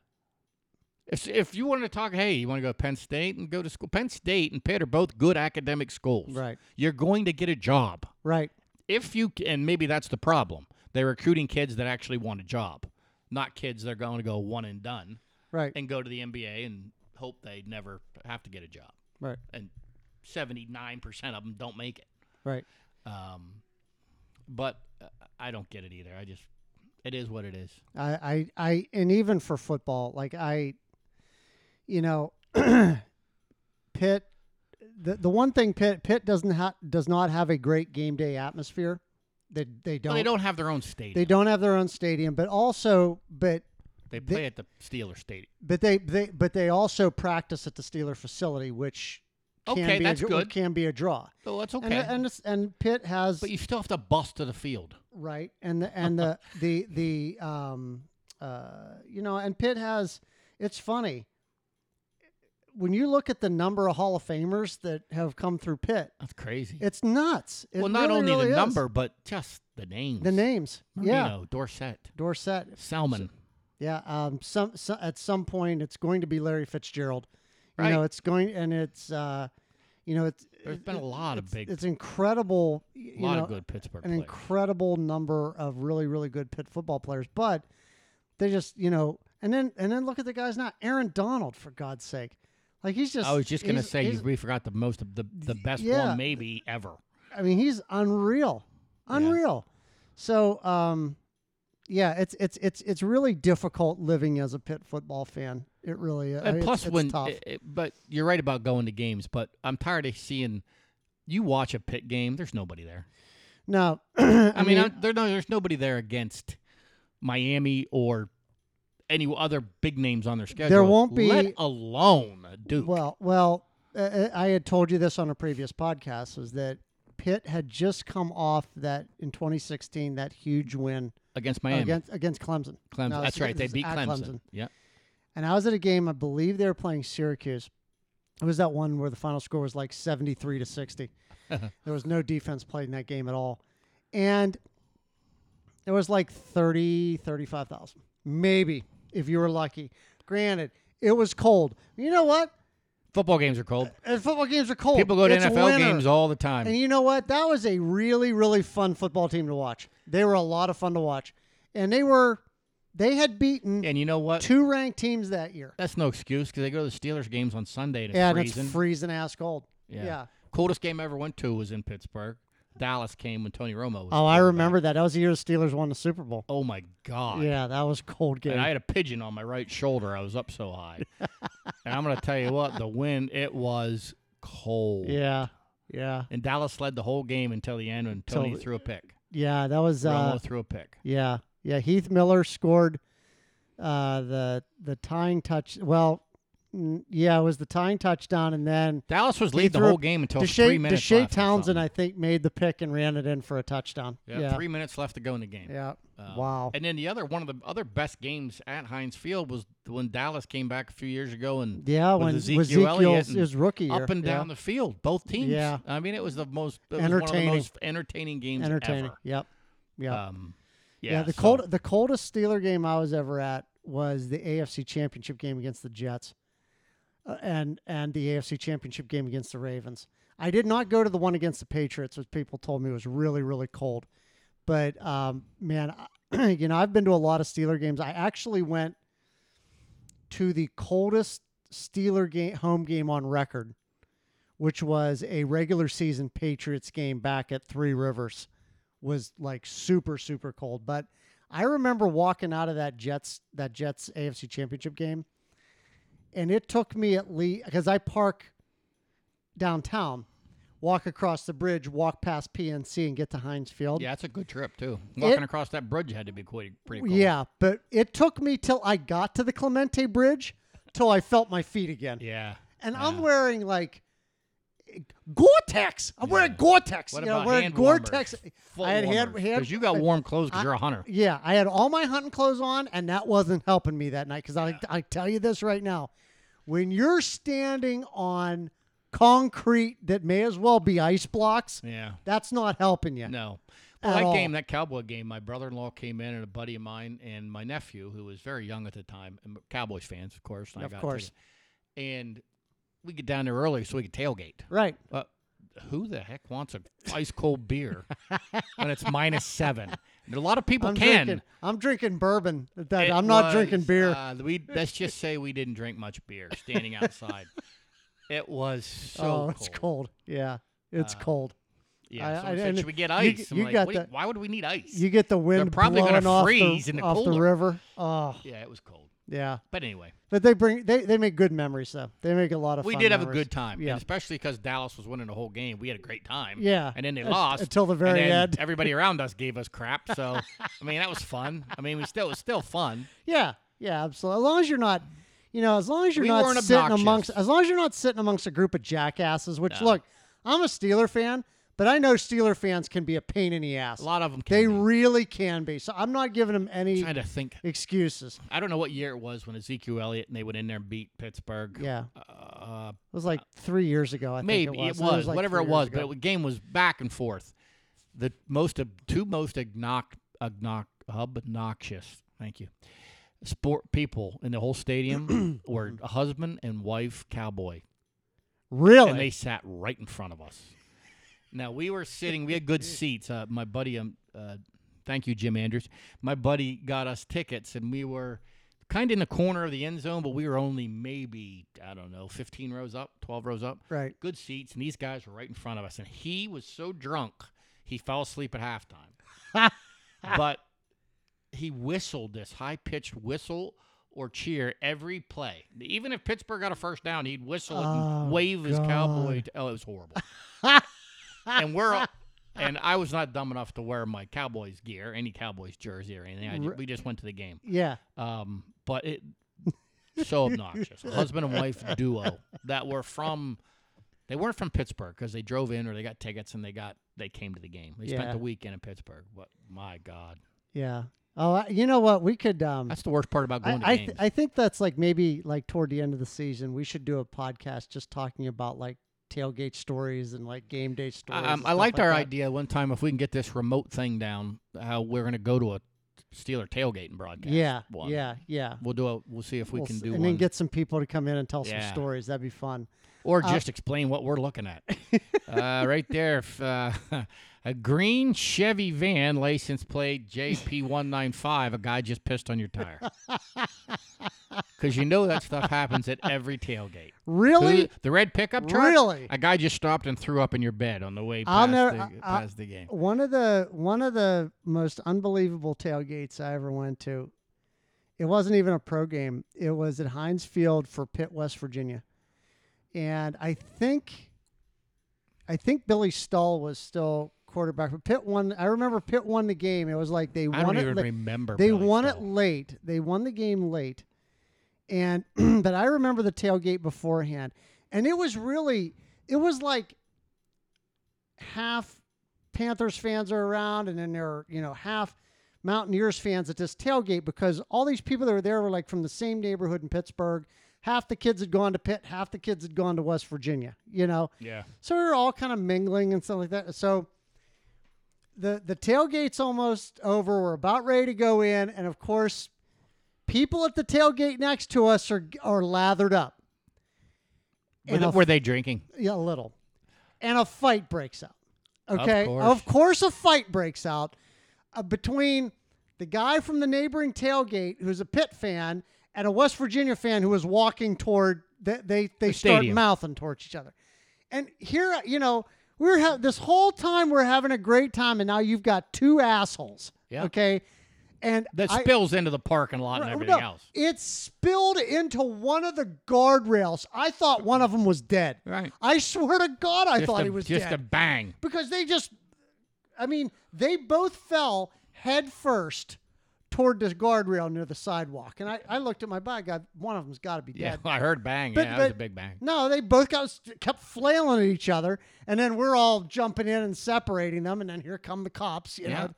Speaker 1: If, if you want to talk, hey, you want to go to Penn State and go to school? Penn State and Pitt are both good academic schools.
Speaker 2: Right.
Speaker 1: You're going to get a job
Speaker 2: Right.
Speaker 1: if you c- and maybe that's the problem. They're recruiting kids that actually want a job, not kids that are going to go one and done
Speaker 2: Right.
Speaker 1: and go to the NBA and hope they never have to get a job.
Speaker 2: Right.
Speaker 1: And seventy nine percent of them don't make it.
Speaker 2: Right.
Speaker 1: Um, but uh, I don't get it either. I just it is what it is.
Speaker 2: I, I, I, and even for football, like I, you know, <clears throat> Pitt. The the one thing Pitt Pitt doesn't ha- does not have a great game day atmosphere. They they don't
Speaker 1: Well, they don't have their own stadium.
Speaker 2: they don't have their own stadium, but also but
Speaker 1: They
Speaker 2: they-
Speaker 1: play at the Steeler Stadium.
Speaker 2: but they they but they also practice at the Steeler facility, which can
Speaker 1: Okay,
Speaker 2: be
Speaker 1: that's
Speaker 2: a, dr-
Speaker 1: good.
Speaker 2: can be a draw.
Speaker 1: So that's okay.
Speaker 2: And and it's, and Pitt has
Speaker 1: But you still have to bust to the field.
Speaker 2: right and the
Speaker 1: <laughs>
Speaker 2: and the the the um uh you know and pitt has it's funny when you look at the number of hall of famers that have come through pitt
Speaker 1: That's crazy.
Speaker 2: it's nuts It
Speaker 1: well, not
Speaker 2: really,
Speaker 1: only
Speaker 2: really
Speaker 1: the
Speaker 2: is.
Speaker 1: number, but just the names.
Speaker 2: the names yeah
Speaker 1: Marino, Dorset,
Speaker 2: dorset
Speaker 1: Salmon.
Speaker 2: yeah um some, so at some point it's going to be larry fitzgerald you
Speaker 1: Right.
Speaker 2: know it's going and it's uh you know it's
Speaker 1: There's been a
Speaker 2: it-
Speaker 1: lot of
Speaker 2: it's-
Speaker 1: big-
Speaker 2: it's incredible y-
Speaker 1: a
Speaker 2: you
Speaker 1: lot
Speaker 2: know,
Speaker 1: of good Pittsburgh
Speaker 2: an
Speaker 1: players.
Speaker 2: incredible number of really really good pit football players but they just you know and then and then look at the guys now aaron donald for god's sake like he's just
Speaker 1: I was just gonna
Speaker 2: he's-
Speaker 1: say you,
Speaker 2: he's-
Speaker 1: we forgot the most of the the best
Speaker 2: yeah.
Speaker 1: one maybe ever.
Speaker 2: i mean he's unreal unreal so um yeah it's it's it's it's really difficult living as a pit football fan it really is
Speaker 1: And plus,
Speaker 2: it's, it's
Speaker 1: when
Speaker 2: tough.
Speaker 1: it- it- but you're right about going to games, but I'm tired of seeing. You watch a pit game. There's nobody there.
Speaker 2: <clears throat> no <laughs> i,
Speaker 1: I, mean, I, there no, there's nobody there against Miami or any other big names on their schedule.
Speaker 2: won't be-
Speaker 1: let alone Duke.
Speaker 2: Well, well, uh, I had told you this on a previous podcast was that Pitt had just come off that in 2016 that huge win
Speaker 1: against Miami.
Speaker 2: against against Clemson.
Speaker 1: Clemson.
Speaker 2: No,
Speaker 1: That's
Speaker 2: this-
Speaker 1: right. They
Speaker 2: this is
Speaker 1: beat
Speaker 2: at
Speaker 1: Clemson. Yeah.
Speaker 2: And I was at a game. I believe they were playing Syracuse. It was that one where the final score was like 73
Speaker 1: <laughs>
Speaker 2: to 60. there was no defense played in that game at all, and there was like 30, 35,000, maybe if you were lucky. Granted, it was cold. You know what?
Speaker 1: Football games are cold.
Speaker 2: And football games are cold.
Speaker 1: People go to
Speaker 2: Oh, It's
Speaker 1: NFL
Speaker 2: winter.
Speaker 1: games all the time.
Speaker 2: And you know what? That was a really, really fun football team to watch. They were a lot of fun to watch. And they were they had beaten
Speaker 1: and you know what?
Speaker 2: two ranked teams that year.
Speaker 1: That's no excuse because they go to the Steelers games on Sunday and it's
Speaker 2: Yeah, and
Speaker 1: freezing.
Speaker 2: it's freezing ass cold. Yeah.
Speaker 1: Coldest game I ever went to was in Pittsburgh. Dallas came when Tony Romo was.
Speaker 2: Oh, I
Speaker 1: quarterback.
Speaker 2: remember that. That was the year the Steelers won the Super Bowl.
Speaker 1: Oh my God.
Speaker 2: Yeah, that was a cold game.
Speaker 1: And I had a pigeon on my right shoulder. I was up so
Speaker 2: <laughs>
Speaker 1: high. and I'm going to tell you what, the wind, it was cold.
Speaker 2: yeah, yeah,
Speaker 1: And Dallas led the whole game until the end when Tony
Speaker 2: Till-
Speaker 1: threw a pick.
Speaker 2: yeah. That was uh,
Speaker 1: Romo threw a pick.
Speaker 2: yeah, yeah. Heath Miller scored uh, the the tying touch. Well, mm, yeah, it was the tying touchdown, and then
Speaker 1: Dallas was
Speaker 2: He
Speaker 1: lead the
Speaker 2: threw a-
Speaker 1: whole game until three
Speaker 2: Deshae,
Speaker 1: minutes
Speaker 2: Deshae
Speaker 1: left or
Speaker 2: Townsend,
Speaker 1: something.
Speaker 2: I think, made the pick and ran it in for a touchdown.
Speaker 1: yeah,
Speaker 2: yeah,
Speaker 1: three minutes left to go in the game.
Speaker 2: yeah.
Speaker 1: Um,
Speaker 2: wow.
Speaker 1: And then the other one of the other best games at Heinz Field was when Dallas came back a few years ago and
Speaker 2: yeah,
Speaker 1: was
Speaker 2: when
Speaker 1: Ezekiel Elliott
Speaker 2: Ezekiel's
Speaker 1: and
Speaker 2: his rookie year.
Speaker 1: up and
Speaker 2: Yeah.
Speaker 1: down the field, both teams.
Speaker 2: Yeah.
Speaker 1: I mean, it was the most it was One of
Speaker 2: Entertaining.
Speaker 1: the most entertaining games
Speaker 2: entertaining.
Speaker 1: ever.
Speaker 2: Yep. Yep.
Speaker 1: Um, yeah,
Speaker 2: Yeah, the
Speaker 1: so-
Speaker 2: cold the coldest Steeler game I was ever at was the AFC Championship game against the Jets, uh, and and the AFC Championship game against the Ravens. I did not go to the one against the Patriots, which people told me was really really cold. But um, man, I, <clears throat> you know I've been to a lot of Steeler games. I actually went to the coldest Steeler game home game on record, which was a regular season Patriots game back at Three Rivers was like super super cold but i remember walking out of that jets that jets afc championship game and it took me at least because i park downtown walk across the bridge walk past pnc and get to heinz field
Speaker 1: Yeah, that's a good trip too. Walking across that bridge had to be quite pretty cool.
Speaker 2: yeah but it took me till i got to the clemente bridge till i felt my feet again
Speaker 1: Yeah.
Speaker 2: and
Speaker 1: Yeah.
Speaker 2: i'm wearing like Gore-Tex. I'm wearing Gore-Tex.
Speaker 1: What
Speaker 2: you know,
Speaker 1: about
Speaker 2: wearing
Speaker 1: hand
Speaker 2: Gore-Tex.
Speaker 1: warmers? Full
Speaker 2: I had hand,
Speaker 1: warmers,
Speaker 2: hand
Speaker 1: you got warm clothes because
Speaker 2: I-
Speaker 1: you're a hunter.
Speaker 2: Yeah, I had all my hunting clothes on, and that wasn't helping me that night. Because I, I tell you this right now, when you're standing on concrete that may as well be ice blocks,
Speaker 1: Yeah.
Speaker 2: that's not helping you.
Speaker 1: No. Well,
Speaker 2: At
Speaker 1: that
Speaker 2: all.
Speaker 1: game, that Cowboy game, my brother-in-law came in and a buddy of mine and my nephew, who was very young at the time, and Cowboys fans, of course. and I
Speaker 2: Of
Speaker 1: got
Speaker 2: course.
Speaker 1: tickets. And we get down there early so we could tailgate.
Speaker 2: Right?
Speaker 1: Uh, who the heck wants a ice cold beer when it's minus seven? And a lot of people
Speaker 2: I'm
Speaker 1: can.
Speaker 2: drinking. I'm drinking bourbon. That
Speaker 1: It
Speaker 2: I'm not
Speaker 1: was,
Speaker 2: drinking beer.
Speaker 1: Uh, we let's just say we didn't drink much beer standing outside. it was so
Speaker 2: oh,
Speaker 1: cold.
Speaker 2: it's cold. Yeah, it's
Speaker 1: Uh,
Speaker 2: cold.
Speaker 1: Yeah,
Speaker 2: I-
Speaker 1: someone
Speaker 2: I-
Speaker 1: said,
Speaker 2: and
Speaker 1: should we get
Speaker 2: you
Speaker 1: ice?
Speaker 2: g-
Speaker 1: I'm
Speaker 2: you
Speaker 1: like,
Speaker 2: got
Speaker 1: "Wait,
Speaker 2: that-
Speaker 1: why would we need ice?
Speaker 2: You get the wind
Speaker 1: probably gonna
Speaker 2: blowing off,
Speaker 1: freeze
Speaker 2: the,
Speaker 1: in the
Speaker 2: off the
Speaker 1: cooler.
Speaker 2: river. Oh,
Speaker 1: yeah, it was cold.
Speaker 2: yeah.
Speaker 1: But anyway,
Speaker 2: But they bring they, they make good memories though. They make a lot of.
Speaker 1: we
Speaker 2: fun
Speaker 1: did have a
Speaker 2: memories.
Speaker 1: good time,
Speaker 2: Yeah.
Speaker 1: and especially because Dallas was winning the whole game, we had a great time.
Speaker 2: Yeah.
Speaker 1: and then they
Speaker 2: Un-
Speaker 1: lost
Speaker 2: until the
Speaker 1: and
Speaker 2: very
Speaker 1: then
Speaker 2: end. <laughs>
Speaker 1: Everybody around us gave us crap, so I mean that was fun. I mean we still it was still fun.
Speaker 2: Yeah, yeah, absolutely. As long as you're not, you know, as long as you're
Speaker 1: We
Speaker 2: not
Speaker 1: weren't
Speaker 2: sitting
Speaker 1: obnoxious.
Speaker 2: amongst, as long as you're not sitting amongst a group of jackasses. Which
Speaker 1: No.
Speaker 2: look, I'm a Steeler fan, but I know Steeler fans can be a pain in the ass.
Speaker 1: A lot of them.
Speaker 2: they
Speaker 1: Came in.
Speaker 2: really can be. So I'm not giving them any
Speaker 1: trying to think.
Speaker 2: excuses. It
Speaker 1: I don't know what year it was when Ezekiel Elliott and they went in there and beat Pittsburgh.
Speaker 2: Yeah.
Speaker 1: Uh,
Speaker 2: was like three years ago. I
Speaker 1: maybe
Speaker 2: think it was,
Speaker 1: it was,
Speaker 2: like
Speaker 1: whatever
Speaker 2: three
Speaker 1: it
Speaker 2: years
Speaker 1: was,
Speaker 2: ago.
Speaker 1: but the game was back and forth. The most ob- two most agnoc, agnoc, obnoxious, thank you, sport people in the whole
Speaker 2: <clears throat>
Speaker 1: stadium were a husband and wife cowboy, and they
Speaker 2: really,
Speaker 1: sat right in front of us. Now we were sitting; we had
Speaker 2: <laughs>
Speaker 1: good seats. Uh, my buddy, um, uh, thank you, Jim Andrews. My buddy got us tickets, and we were kind of in the corner of the end zone, but we were only maybe I don't know, fifteen rows up, twelve rows up
Speaker 2: right?
Speaker 1: good seats, and these guys were right in front of us. And he was so drunk, he fell asleep at halftime.
Speaker 2: <laughs>
Speaker 1: but he whistled this high pitched whistle or cheer every play. Even if Pittsburgh got a first down, he'd whistle it and
Speaker 2: Oh,
Speaker 1: wave his
Speaker 2: God.
Speaker 1: cowboy. t- oh, it was horrible. <laughs> and we're. And I was not dumb enough to wear my Cowboys gear, any Cowboys jersey or anything. I, ju-
Speaker 2: Re-
Speaker 1: we just went to the game.
Speaker 2: <laughs> Yeah,
Speaker 1: Um, but it so
Speaker 2: <laughs>
Speaker 1: obnoxious. A husband and wife duo that were from they weren't from Pittsburgh because they drove in or they got tickets and they got they came to the game. They spent
Speaker 2: Yeah.
Speaker 1: the weekend in Pittsburgh. But my God,
Speaker 2: yeah. Oh, I- you know what? We could. um
Speaker 1: that's the worst part about going to
Speaker 2: I, I,
Speaker 1: games.
Speaker 2: th- I think that's like maybe like toward the end of the season, we should do a podcast just talking about like tailgate stories and like game day stories.
Speaker 1: I, um,
Speaker 2: and
Speaker 1: I
Speaker 2: stuff
Speaker 1: liked
Speaker 2: like
Speaker 1: our
Speaker 2: that.
Speaker 1: idea one time. If we can get this remote thing down, how we're going to go to a Steeler tailgate and broadcast.
Speaker 2: Yeah,
Speaker 1: one.
Speaker 2: yeah, yeah.
Speaker 1: We'll do a. We'll see if we
Speaker 2: We'll
Speaker 1: can
Speaker 2: s-
Speaker 1: do
Speaker 2: and
Speaker 1: one.
Speaker 2: then get some people to come in and tell
Speaker 1: Yeah.
Speaker 2: some stories. That'd be fun.
Speaker 1: or just explain what we're looking
Speaker 2: <laughs>
Speaker 1: at. uh, right there, if, uh, <laughs> a green Chevy van license plate JP195. A guy just pissed on your
Speaker 2: <laughs>
Speaker 1: tire. Because you know that stuff happens at every tailgate.
Speaker 2: Really?
Speaker 1: Who- The red pickup truck?
Speaker 2: Really?
Speaker 1: A guy just stopped and threw up in your bed on the way
Speaker 2: I'll
Speaker 1: past,
Speaker 2: never-
Speaker 1: the,
Speaker 2: I- I-
Speaker 1: past the game.
Speaker 2: One of the one of the most unbelievable tailgates I ever went to. It wasn't even a pro game. It was at Heinz Field for Pitt, West Virginia, and I think, I think Billy Stahl was still quarterback. But Pitt won. I remember Pitt won the game. It was like they
Speaker 1: I
Speaker 2: won
Speaker 1: don't
Speaker 2: it.
Speaker 1: even
Speaker 2: like-
Speaker 1: remember.
Speaker 2: They
Speaker 1: Billy
Speaker 2: won it
Speaker 1: Stoll.
Speaker 2: late. They won the game late. And <clears throat> but I remember the tailgate beforehand. And it was really it was like half Panthers fans are around and then there are, you know, half Mountaineers fans at this tailgate because all these people that were there were like from the same neighborhood in Pittsburgh. Half the kids had gone to Pitt, half the kids had gone to West Virginia, you know.
Speaker 1: Yeah.
Speaker 2: So we were all kind of mingling and stuff like that. So the the tailgate's almost over. We're about ready to go in, and of course, people at the tailgate next to us are are lathered up.
Speaker 1: Were
Speaker 2: And
Speaker 1: they,
Speaker 2: a-
Speaker 1: were they drinking?
Speaker 2: yeah, a little. And a fight breaks out. Okay.
Speaker 1: course.
Speaker 2: course a fight breaks out uh, between the guy from the neighboring tailgate who's a Pitt fan and a West Virginia fan who was walking toward they they, they start
Speaker 1: stadium.
Speaker 2: mouthing towards each other. And here, uh, you know, we we're ha- this whole time we're having a great time and now you've got two assholes.
Speaker 1: Yeah.
Speaker 2: Okay? And
Speaker 1: That
Speaker 2: I-
Speaker 1: spills into the parking lot and
Speaker 2: no,
Speaker 1: everything
Speaker 2: no,
Speaker 1: else.
Speaker 2: It spilled into one of the guardrails. I thought one of them was dead.
Speaker 1: Right.
Speaker 2: I swear to God, I
Speaker 1: Just
Speaker 2: thought
Speaker 1: a,
Speaker 2: he was
Speaker 1: just
Speaker 2: dead
Speaker 1: a bang.
Speaker 2: because they just, I mean, they both fell head first toward the guardrail near the sidewalk, and I, I looked at my bike. God, one of them's got to be
Speaker 1: Yeah, <laughs>
Speaker 2: dead.
Speaker 1: I heard bang.
Speaker 2: But-
Speaker 1: yeah, that was a
Speaker 2: but-
Speaker 1: big bang.
Speaker 2: No, they both got kept flailing at each other, and then we're all jumping in and separating them, and then here come the cops. You
Speaker 1: Yeah.
Speaker 2: know,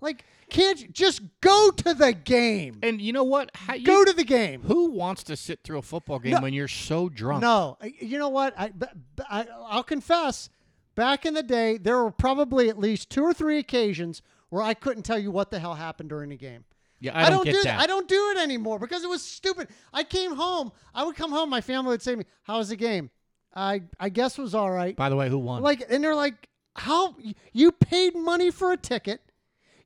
Speaker 2: like can't you just go to the game?
Speaker 1: And you know what? How, you,
Speaker 2: Go to the game.
Speaker 1: who wants to sit through a football game
Speaker 2: No.
Speaker 1: when you're so drunk?
Speaker 2: No, I- you know what? I, b- b- I will confess. Back in the day, there were probably at least two or three occasions where I couldn't tell you what the hell happened during the game.
Speaker 1: Yeah, I don't, get
Speaker 2: do
Speaker 1: that.
Speaker 2: I don't do it anymore because it was stupid. I came home. I would come home. My family would say to me, "How was the game?" I I guess it was all right.
Speaker 1: By the way, who won?
Speaker 2: Like, and they're like, "How you paid money for a ticket?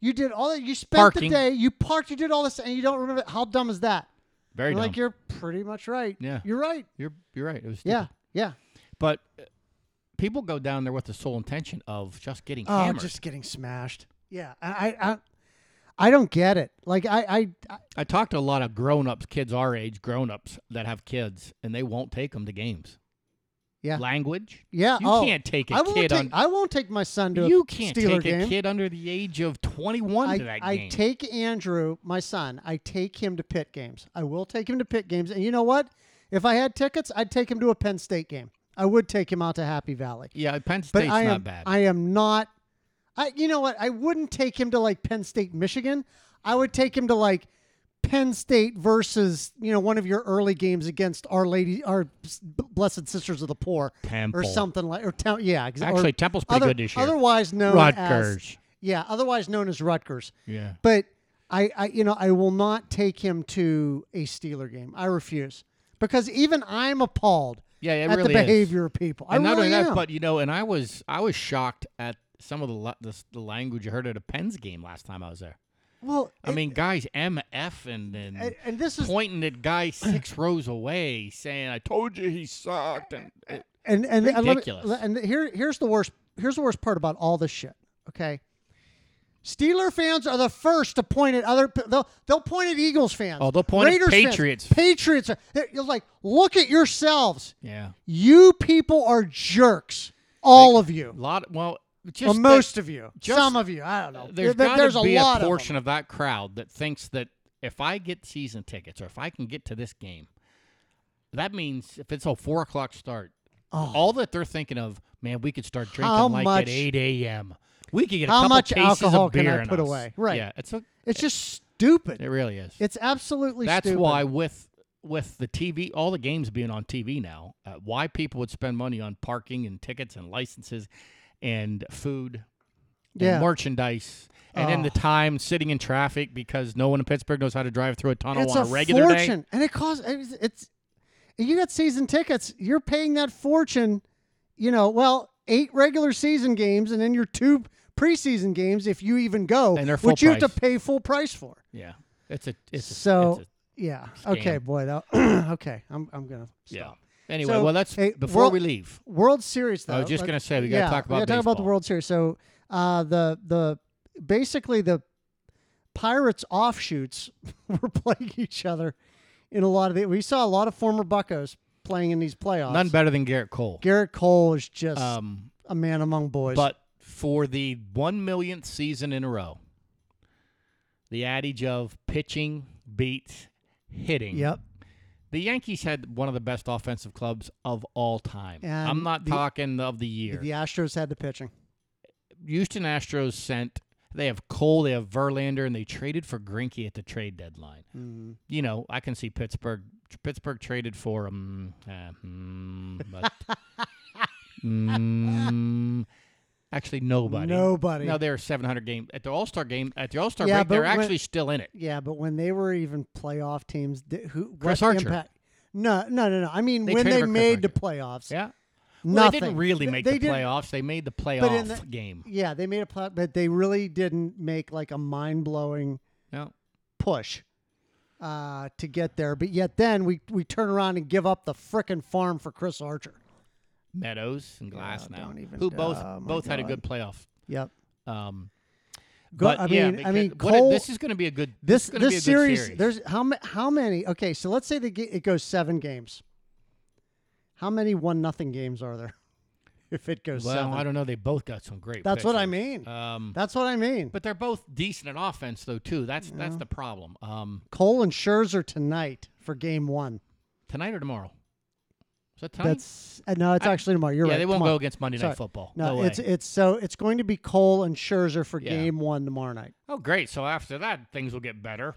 Speaker 2: You did all that. You spent
Speaker 1: Parking.
Speaker 2: the day. You parked. You did all this, and you don't remember. it. How dumb is that?"
Speaker 1: Very
Speaker 2: You're
Speaker 1: dumb.
Speaker 2: like you're pretty much right.
Speaker 1: Yeah.
Speaker 2: you're right.
Speaker 1: You're you're right. It was stupid.
Speaker 2: Yeah, yeah.
Speaker 1: But uh, people go down there with the sole intention of just getting
Speaker 2: Oh,
Speaker 1: hammered.
Speaker 2: just getting smashed. Yeah, I, I, I, I don't get it. Like I, I, I
Speaker 1: I talked to a lot of grown-ups, kids our age, grown-ups that have kids, and they won't take them to games.
Speaker 2: Yeah.
Speaker 1: Language.
Speaker 2: yeah.
Speaker 1: You
Speaker 2: oh,
Speaker 1: can't take a
Speaker 2: I won't
Speaker 1: kid
Speaker 2: take,
Speaker 1: on.
Speaker 2: I won't take my son to
Speaker 1: you
Speaker 2: a
Speaker 1: can't
Speaker 2: Steeler
Speaker 1: take
Speaker 2: game.
Speaker 1: a kid under the age of 21 to
Speaker 2: I,
Speaker 1: that
Speaker 2: I
Speaker 1: game.
Speaker 2: take Andrew, my son. I take him to pit games. I will take him to pit games. And you know what? If I had tickets, I'd take him to a Penn State game. I would take him out to Happy Valley.
Speaker 1: yeah, Penn
Speaker 2: But
Speaker 1: State's
Speaker 2: I am,
Speaker 1: not bad.
Speaker 2: I am not. I, you know what? I wouldn't take him to like Penn State, Michigan. I would take him to like Penn State versus you know one of your early games against Our Lady, Our S- Blessed Sisters of the Poor,
Speaker 1: Temple.
Speaker 2: or something like or town. Yeah, exa- or
Speaker 1: Actually, Temple's pretty
Speaker 2: other-
Speaker 1: good this year.
Speaker 2: Otherwise known as
Speaker 1: Rutgers.
Speaker 2: yeah, otherwise known as Rutgers.
Speaker 1: Yeah.
Speaker 2: But I, I, you know, I will not take him to a Steeler game. I refuse because even I'm appalled
Speaker 1: Yeah, it
Speaker 2: at
Speaker 1: really
Speaker 2: the
Speaker 1: is.
Speaker 2: behavior of people. I
Speaker 1: and not
Speaker 2: really
Speaker 1: only that,
Speaker 2: am.
Speaker 1: but you know, and I was I was shocked at some of the la- the, s- the language I heard at a Penn's game last time I was there.
Speaker 2: well,
Speaker 1: I mean, guys, MF and and,
Speaker 2: and, and this is
Speaker 1: pointing at
Speaker 2: <clears throat>
Speaker 1: guys six rows away, saying, "I told you he sucked." And eh, it,
Speaker 2: and and and let me-
Speaker 1: Ridiculous.
Speaker 2: and here here's the worst here's the worst part about all this shit. Okay, Steeler fans are the first to point at other. They'll they'll point at Eagles fans.
Speaker 1: Oh, they'll point at
Speaker 2: Raiders fans,
Speaker 1: Patriots.
Speaker 2: Patriots. are- they're- You're like, look at yourselves.
Speaker 1: yeah,
Speaker 2: You people are jerks. All of you.
Speaker 1: a lot. Well, just
Speaker 2: Well,
Speaker 1: that
Speaker 2: most of you,
Speaker 1: just-
Speaker 2: some of you, I don't know.
Speaker 1: there's
Speaker 2: There-
Speaker 1: got
Speaker 2: there's
Speaker 1: to be
Speaker 2: a lot
Speaker 1: portion
Speaker 2: of,
Speaker 1: of, that crowd that thinks that if I get season tickets or if I can get to this game, that means if it's a four o'clock start,
Speaker 2: Oh.
Speaker 1: all that they're thinking of, man, we could start drinking
Speaker 2: How
Speaker 1: like
Speaker 2: much-
Speaker 1: at eight a.m. We could get a
Speaker 2: How
Speaker 1: couple
Speaker 2: much
Speaker 1: cases of
Speaker 2: alcohol can I
Speaker 1: beer in
Speaker 2: put
Speaker 1: us.
Speaker 2: away? Right.
Speaker 1: Yeah, it's a,
Speaker 2: them. It's just stupid.
Speaker 1: it really is.
Speaker 2: It's absolutely
Speaker 1: That's
Speaker 2: stupid.
Speaker 1: why with with the TV, all the games being on TV now, uh, why people would spend money on parking and tickets and licenses and food and
Speaker 2: Yeah.
Speaker 1: merchandise and then the time sitting in traffic because no one in Pittsburgh knows how to drive through a tunnel
Speaker 2: it's
Speaker 1: on
Speaker 2: a
Speaker 1: a regular
Speaker 2: fortune,
Speaker 1: day.
Speaker 2: and it costs. It's, it's you got season tickets. You're paying that fortune, you know, well, eight regular season games and then your two preseason games if you even go,
Speaker 1: And they're full
Speaker 2: which you have to
Speaker 1: price.
Speaker 2: pay full price for.
Speaker 1: Yeah, it's a it's a,
Speaker 2: so,
Speaker 1: it's a-
Speaker 2: yeah.
Speaker 1: scam.
Speaker 2: Okay, boy. That, <clears throat> okay, I'm, I'm going to
Speaker 1: yeah.
Speaker 2: stop.
Speaker 1: Anyway,
Speaker 2: So,
Speaker 1: well, let's
Speaker 2: hey,
Speaker 1: before
Speaker 2: World-
Speaker 1: we leave.
Speaker 2: World Series, though.
Speaker 1: I was just
Speaker 2: let-
Speaker 1: gonna say we gotta
Speaker 2: yeah,
Speaker 1: talk
Speaker 2: we
Speaker 1: about
Speaker 2: gotta talk about the
Speaker 1: baseball.
Speaker 2: World Series. So uh, the the basically the Pirates offshoots <laughs> were playing each other in a lot of the. We saw a lot of former Buckos playing in these playoffs.
Speaker 1: None better than Garrett Cole.
Speaker 2: Garrett Cole is just
Speaker 1: Um,
Speaker 2: a man among boys.
Speaker 1: but for the one millionth season in a row, the adage of pitching beats hitting.
Speaker 2: yep,
Speaker 1: The Yankees had one of the best offensive clubs of all time. I'm
Speaker 2: And
Speaker 1: not
Speaker 2: the-
Speaker 1: talking of the year.
Speaker 2: the Astros had the pitching.
Speaker 1: Houston Astros sent. They have Cole, they have Verlander, and they traded for Grinky at the trade deadline.
Speaker 2: Mm-hmm.
Speaker 1: You know, I can see Pittsburgh. Pittsburgh traded for him, eh, hmm,
Speaker 2: <laughs>
Speaker 1: but mm, actually nobody.
Speaker 2: Nobody.
Speaker 1: No, they're 700 game at the All Star game at the All Star
Speaker 2: Yeah,
Speaker 1: break.
Speaker 2: but
Speaker 1: They're
Speaker 2: when-
Speaker 1: actually still in it.
Speaker 2: Yeah, but when they were even playoff teams, th- who
Speaker 1: Chris
Speaker 2: what
Speaker 1: Archer.
Speaker 2: impact? No, no, no, no. I mean,
Speaker 1: They
Speaker 2: when
Speaker 1: traded
Speaker 2: they
Speaker 1: for Chris
Speaker 2: made the
Speaker 1: Archer.
Speaker 2: playoffs,
Speaker 1: Yeah, Well, they
Speaker 2: nothing.
Speaker 1: didn't really make
Speaker 2: they
Speaker 1: the
Speaker 2: didn't-
Speaker 1: playoffs. They made the
Speaker 2: But in
Speaker 1: playoff
Speaker 2: the-
Speaker 1: game.
Speaker 2: Yeah, they made a plot, but they really didn't make like a mind blowing
Speaker 1: No,
Speaker 2: push uh, to get there. But yet, then we we turn around and give up the frickin' farm for Chris Archer.
Speaker 1: Meadows and Glass now,
Speaker 2: don't even-
Speaker 1: who both
Speaker 2: oh, my
Speaker 1: both had a
Speaker 2: God.
Speaker 1: good playoff.
Speaker 2: Yep.
Speaker 1: Um,
Speaker 2: Go-
Speaker 1: but
Speaker 2: I
Speaker 1: yeah,
Speaker 2: mean, I
Speaker 1: because-
Speaker 2: mean,
Speaker 1: what a-
Speaker 2: Cole-
Speaker 1: this is going to be a good
Speaker 2: This
Speaker 1: is gonna be
Speaker 2: this
Speaker 1: a good
Speaker 2: series, there's how ma- how many? Okay, so let's say they get, it goes seven games. How many one nothing games are there? <laughs> If it goes
Speaker 1: well,
Speaker 2: seven,
Speaker 1: I don't know. They both got some great.
Speaker 2: That's what I
Speaker 1: pitchers.
Speaker 2: mean.
Speaker 1: Um,
Speaker 2: that's what I mean.
Speaker 1: but they're both decent at offense though too. That's that's the problem. Um,
Speaker 2: Cole and Scherzer tonight for game one.
Speaker 1: tonight or tomorrow? Is that tonight?
Speaker 2: That's uh, no, it's actually tomorrow. You're
Speaker 1: yeah,
Speaker 2: right.
Speaker 1: they won't
Speaker 2: Come on.
Speaker 1: go against Monday
Speaker 2: Sorry.
Speaker 1: Night Football.
Speaker 2: No,
Speaker 1: way.
Speaker 2: it's it's so it's going to be Cole and Scherzer for
Speaker 1: Yeah.
Speaker 2: game one tomorrow night.
Speaker 1: oh great. So after that, things will get better.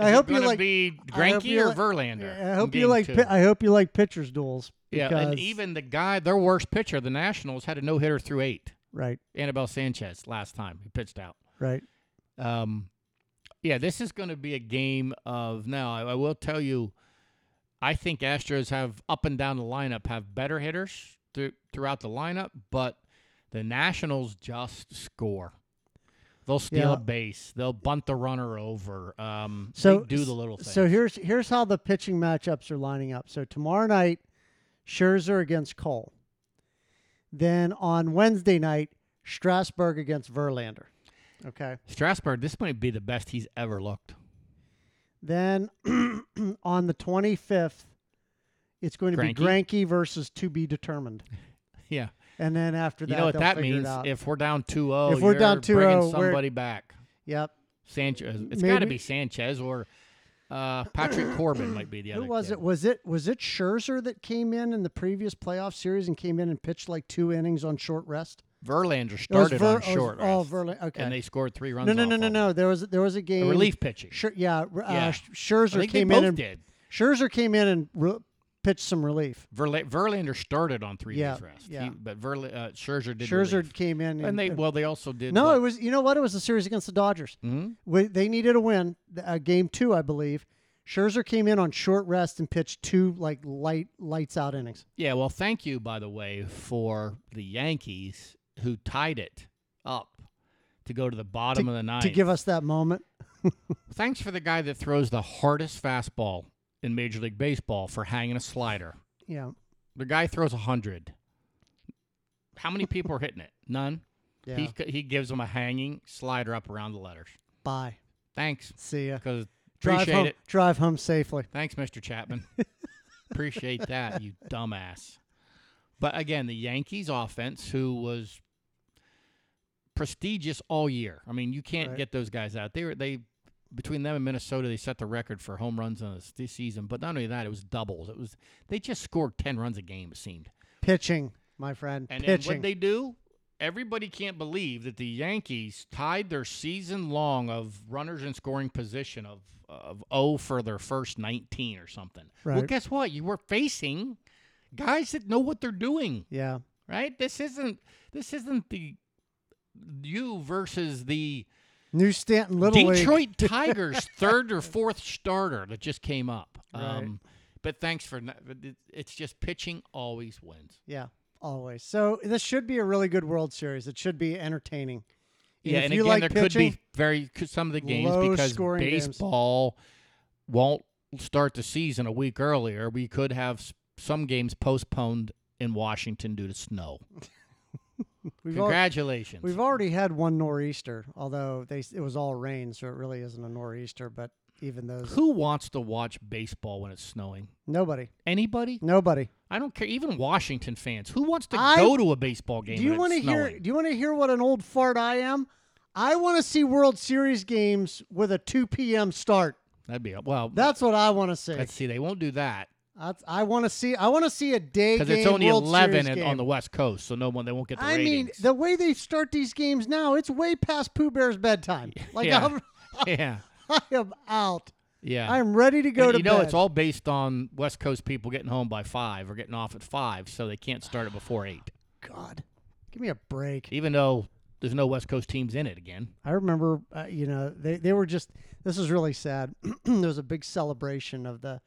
Speaker 2: I
Speaker 1: Is it
Speaker 2: hope you
Speaker 1: gonna
Speaker 2: like.
Speaker 1: be
Speaker 2: I hope
Speaker 1: Granky
Speaker 2: you
Speaker 1: or
Speaker 2: like-
Speaker 1: Verlander.
Speaker 2: I
Speaker 1: in
Speaker 2: hope you
Speaker 1: game
Speaker 2: like.
Speaker 1: two?
Speaker 2: Pi- I hope you like pitchers duels.
Speaker 1: yeah, and
Speaker 2: because-
Speaker 1: even the guy, their worst pitcher, the Nationals, had a no hitter through eight.
Speaker 2: right,
Speaker 1: Annabelle Sanchez last time he pitched out.
Speaker 2: right.
Speaker 1: Um, yeah, this is going to be a game of now. I, I will tell you, I think Astros have up and down the lineup have better hitters thr- throughout the lineup, but the Nationals just score. They'll steal
Speaker 2: Yeah.
Speaker 1: a base. They'll bunt the runner over. Um,
Speaker 2: So
Speaker 1: they do the little things.
Speaker 2: So here's here's how the pitching matchups are lining up. So tomorrow night, Scherzer against Cole. Then on Wednesday night, Strasburg against Verlander. Okay.
Speaker 1: Strasburg, this might be the best he's ever looked.
Speaker 2: Then <clears throat> on the 25th, it's going to be Granky versus to be determined.
Speaker 1: Yeah,
Speaker 2: And then after that,
Speaker 1: you know what
Speaker 2: they'll
Speaker 1: that
Speaker 2: figure it
Speaker 1: means.
Speaker 2: out.
Speaker 1: If we're down 2-0,
Speaker 2: If we're
Speaker 1: you're
Speaker 2: down 2-0,
Speaker 1: bringing
Speaker 2: we're-
Speaker 1: somebody back.
Speaker 2: yep.
Speaker 1: Sanchez. It's got to
Speaker 2: Maybe-
Speaker 1: be Sanchez or uh, Patrick Corbin might be the other.
Speaker 2: Who was
Speaker 1: kid.
Speaker 2: it? Was it was it Scherzer that came in in the previous playoff series and came in and pitched like two innings on short rest?
Speaker 1: Verlander
Speaker 2: Or was
Speaker 1: started
Speaker 2: Ver-
Speaker 1: on
Speaker 2: or was-
Speaker 1: short.
Speaker 2: Oh,
Speaker 1: rest,
Speaker 2: Verlander. Okay.
Speaker 1: And they scored three runs.
Speaker 2: no, no,
Speaker 1: off
Speaker 2: no, no,
Speaker 1: of
Speaker 2: no. There was there was a
Speaker 1: it.
Speaker 2: game.
Speaker 1: The relief pitching.
Speaker 2: Sure. Yeah. r- Uh,
Speaker 1: Yeah. I
Speaker 2: Scherzer
Speaker 1: think they
Speaker 2: came
Speaker 1: both
Speaker 2: in and
Speaker 1: did.
Speaker 2: Scherzer came in and re- pitched some relief.
Speaker 1: Verla- Verlander started on three
Speaker 2: Yeah,
Speaker 1: days rest. He-
Speaker 2: yeah.
Speaker 1: but Verla- uh, Scherzer did.
Speaker 2: Scherzer
Speaker 1: relief.
Speaker 2: came in and,
Speaker 1: and they well they also did.
Speaker 2: no,
Speaker 1: what?
Speaker 2: it was you know what it was a series against the Dodgers.
Speaker 1: Mhm.
Speaker 2: Wa- They needed a win, th- uh, game two, I believe. Scherzer came in on short rest and pitched two like light lights out innings.
Speaker 1: Yeah, well, thank you, by the way, for the Yankees who tied it up to go to the bottom of the ninth.
Speaker 2: to give us that moment.
Speaker 1: Thanks for the guy that throws the hardest fastball in Major League Baseball for hanging a slider.
Speaker 2: Yeah,
Speaker 1: The guy throws 100. How many people are hitting it? None.
Speaker 2: yeah.
Speaker 1: He, he gives them a hanging slider up around the letters.
Speaker 2: Bye.
Speaker 1: Thanks.
Speaker 2: See ya.
Speaker 1: Because
Speaker 2: Drive
Speaker 1: appreciate
Speaker 2: home.
Speaker 1: it.
Speaker 2: Drive home safely.
Speaker 1: Thanks, Mr.
Speaker 2: <laughs>
Speaker 1: Chapman. appreciate that, you dumbass. But again, the Yankees offense, who was prestigious all year. I mean, you can't
Speaker 2: Right.
Speaker 1: get those guys out. They were they between them and Minnesota, they set the record for home runs on this, this season. But not only that, it was doubles. It was they just scored ten runs a game. It seemed.
Speaker 2: Pitching, my friend.
Speaker 1: And then
Speaker 2: Pitching.
Speaker 1: what they do? Everybody can't believe that the Yankees tied their season long of runners in scoring position of of 0 for their first 19 or something. Well,
Speaker 2: Right.
Speaker 1: guess what? You were facing guys that know what they're doing,
Speaker 2: yeah.
Speaker 1: right? This isn't this isn't the you versus the
Speaker 2: New <laughs> Stanton Little League.
Speaker 1: Detroit Tigers third or fourth starter that just came up.
Speaker 2: Right.
Speaker 1: Um, But thanks for not, but it- it's just pitching always wins.
Speaker 2: Yeah, always. So this should be a really good World Series. It should be entertaining. And
Speaker 1: yeah,
Speaker 2: if
Speaker 1: and
Speaker 2: you
Speaker 1: again,
Speaker 2: like
Speaker 1: there
Speaker 2: pitching,
Speaker 1: could be very could- some of the games
Speaker 2: low
Speaker 1: because
Speaker 2: scoring games.
Speaker 1: baseball won't start the season a week earlier. We could have s- some games postponed in Washington due to snow.
Speaker 2: we've, al-
Speaker 1: Congratulations.
Speaker 2: we've already had one nor'easter, although they s- it was all rain, so it really isn't a nor'easter. But even those,
Speaker 1: Who wants to watch baseball when it's snowing?
Speaker 2: nobody,
Speaker 1: Anybody?
Speaker 2: nobody.
Speaker 1: I don't care. Even Washington fans. Who wants to
Speaker 2: I-
Speaker 1: go to a baseball game?
Speaker 2: do you
Speaker 1: want to
Speaker 2: hear? Do you want to hear what an old fart I am? I want to see World Series games with a 2 p.m. start.
Speaker 1: That'd be well.
Speaker 2: That's what I want to see.
Speaker 1: let's see. They won't do that
Speaker 2: That's, I want to see. I want to see a day
Speaker 1: because
Speaker 2: game.
Speaker 1: it's only
Speaker 2: World
Speaker 1: eleven
Speaker 2: Series
Speaker 1: and-
Speaker 2: game.
Speaker 1: on the West Coast, so no one they won't get the
Speaker 2: I mean,
Speaker 1: ratings.
Speaker 2: the way they start these games now, it's way past Pooh
Speaker 1: <laughs>
Speaker 2: Bear's bedtime. Like
Speaker 1: Yeah.
Speaker 2: I'm,
Speaker 1: <laughs>
Speaker 2: <laughs>
Speaker 1: yeah,
Speaker 2: I am out.
Speaker 1: yeah.
Speaker 2: I am ready to go
Speaker 1: And
Speaker 2: to
Speaker 1: you know,
Speaker 2: bed.
Speaker 1: it's all based on West Coast people getting home by five or getting off at five, so they can't start it before eight.
Speaker 2: God, give me a break.
Speaker 1: Even though there's no West Coast teams in it again.
Speaker 2: I remember, uh, you know, they they were just. This is really sad. <clears throat> there was a big celebration of the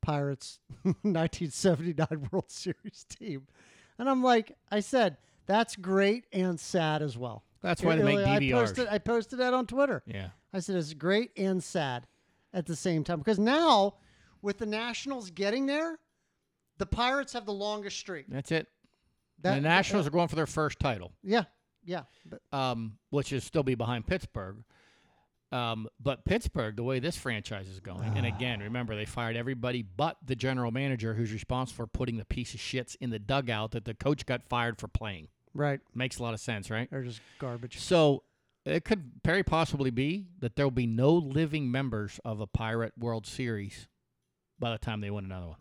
Speaker 2: Pirates <laughs> 1979 <laughs> World Series team, and I'm like, I said, that's great and sad as well.
Speaker 1: That's why they make
Speaker 2: I
Speaker 1: DVRs.
Speaker 2: posted, I posted that on Twitter.
Speaker 1: Yeah,
Speaker 2: I said it's great and sad at the same time because now with the Nationals getting there, the Pirates have the longest streak.
Speaker 1: that's it.
Speaker 2: That-
Speaker 1: the Nationals are going for their first title.
Speaker 2: yeah, yeah, but
Speaker 1: um, which is still be behind Pittsburgh. Um, but Pittsburgh, the way this franchise is going,
Speaker 2: Ah.
Speaker 1: and again, remember they fired everybody but the general manager, who's responsible for putting the piece of shits in the dugout that the coach got fired for playing.
Speaker 2: right,
Speaker 1: Makes a lot of sense, right?
Speaker 2: they're just garbage.
Speaker 1: So it could very possibly be that there will be no living members of a Pirate World Series by the time they win another one.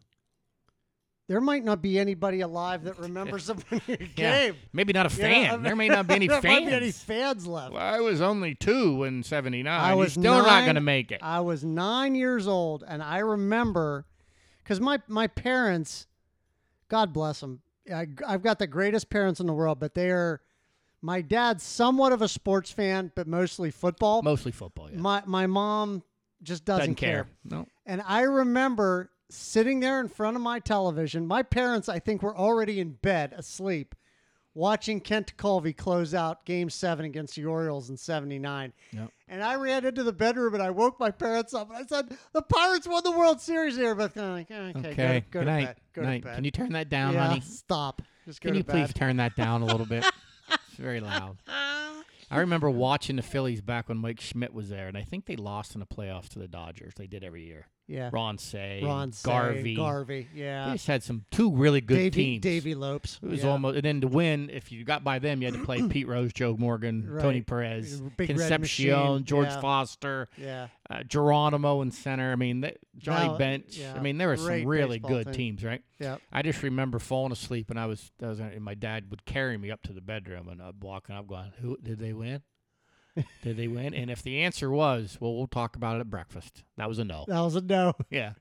Speaker 2: There might not be anybody alive that remembers them when you
Speaker 1: <laughs> Yeah,
Speaker 2: game.
Speaker 1: maybe not a
Speaker 2: You know,
Speaker 1: fan.
Speaker 2: I <laughs> mean,
Speaker 1: there may not be any
Speaker 2: there
Speaker 1: fans.
Speaker 2: might be any fans left.
Speaker 1: Well, I was only two in '79.
Speaker 2: I was
Speaker 1: You're still not
Speaker 2: nine-
Speaker 1: going to make it.
Speaker 2: I was nine years old, and I remember because my my parents, God bless them, I, I've got the greatest parents in the world, but they are. My dad's somewhat of a sports fan, but mostly football.
Speaker 1: Mostly football. Yeah.
Speaker 2: My my mom just doesn't, care.
Speaker 1: No.
Speaker 2: And I remember sitting there in front of my television. My parents, I think, were already in bed asleep. Watching Kent Colvey close out Game Seven against the Orioles in '79,
Speaker 1: Yep.
Speaker 2: and I ran into the bedroom and I woke my parents up and I said, "The Pirates won the World Series." Here, but kind of like, okay,
Speaker 1: Okay.
Speaker 2: go,
Speaker 1: Good
Speaker 2: to- go to
Speaker 1: night.
Speaker 2: bed. Go
Speaker 1: night.
Speaker 2: to bed.
Speaker 1: Can you turn that down,
Speaker 2: yeah,
Speaker 1: honey?
Speaker 2: Stop. Just go
Speaker 1: Can
Speaker 2: to
Speaker 1: you
Speaker 2: bed.
Speaker 1: please turn that down a little
Speaker 2: <laughs>
Speaker 1: bit? it's very loud. I remember watching the Phillies back when Mike Schmidt was there, and I think they lost in the playoffs to the Dodgers. They did every year.
Speaker 2: yeah,
Speaker 1: Ron Say,
Speaker 2: Ron Say,
Speaker 1: Garvey.
Speaker 2: Garvey.
Speaker 1: They
Speaker 2: Yeah,
Speaker 1: just had some two really good
Speaker 2: Davey,
Speaker 1: teams.
Speaker 2: Davey Lopes.
Speaker 1: It was
Speaker 2: yeah.
Speaker 1: almost, and then to win, if you got by them, you had to
Speaker 2: <clears throat>
Speaker 1: play Pete Rose, Joe Morgan, Tony
Speaker 2: Right.
Speaker 1: Perez,
Speaker 2: Big Red Machine,
Speaker 1: Concepcion, George
Speaker 2: yeah.
Speaker 1: Foster,
Speaker 2: Yeah.
Speaker 1: uh, Geronimo in center. I mean, that, Johnny
Speaker 2: No,
Speaker 1: Bench.
Speaker 2: yeah,
Speaker 1: I mean, there were
Speaker 2: great
Speaker 1: some really
Speaker 2: baseball
Speaker 1: good
Speaker 2: team.
Speaker 1: teams, right?
Speaker 2: Yeah.
Speaker 1: I just remember falling asleep, and I was, I was, and my dad would carry me up to the bedroom, and I'd walk, and I'm going, "Who did they
Speaker 2: <laughs>
Speaker 1: win? did they win?" And if the answer was, "Well, we'll talk about it at breakfast," that was a no.
Speaker 2: That was a no. <laughs>
Speaker 1: yeah,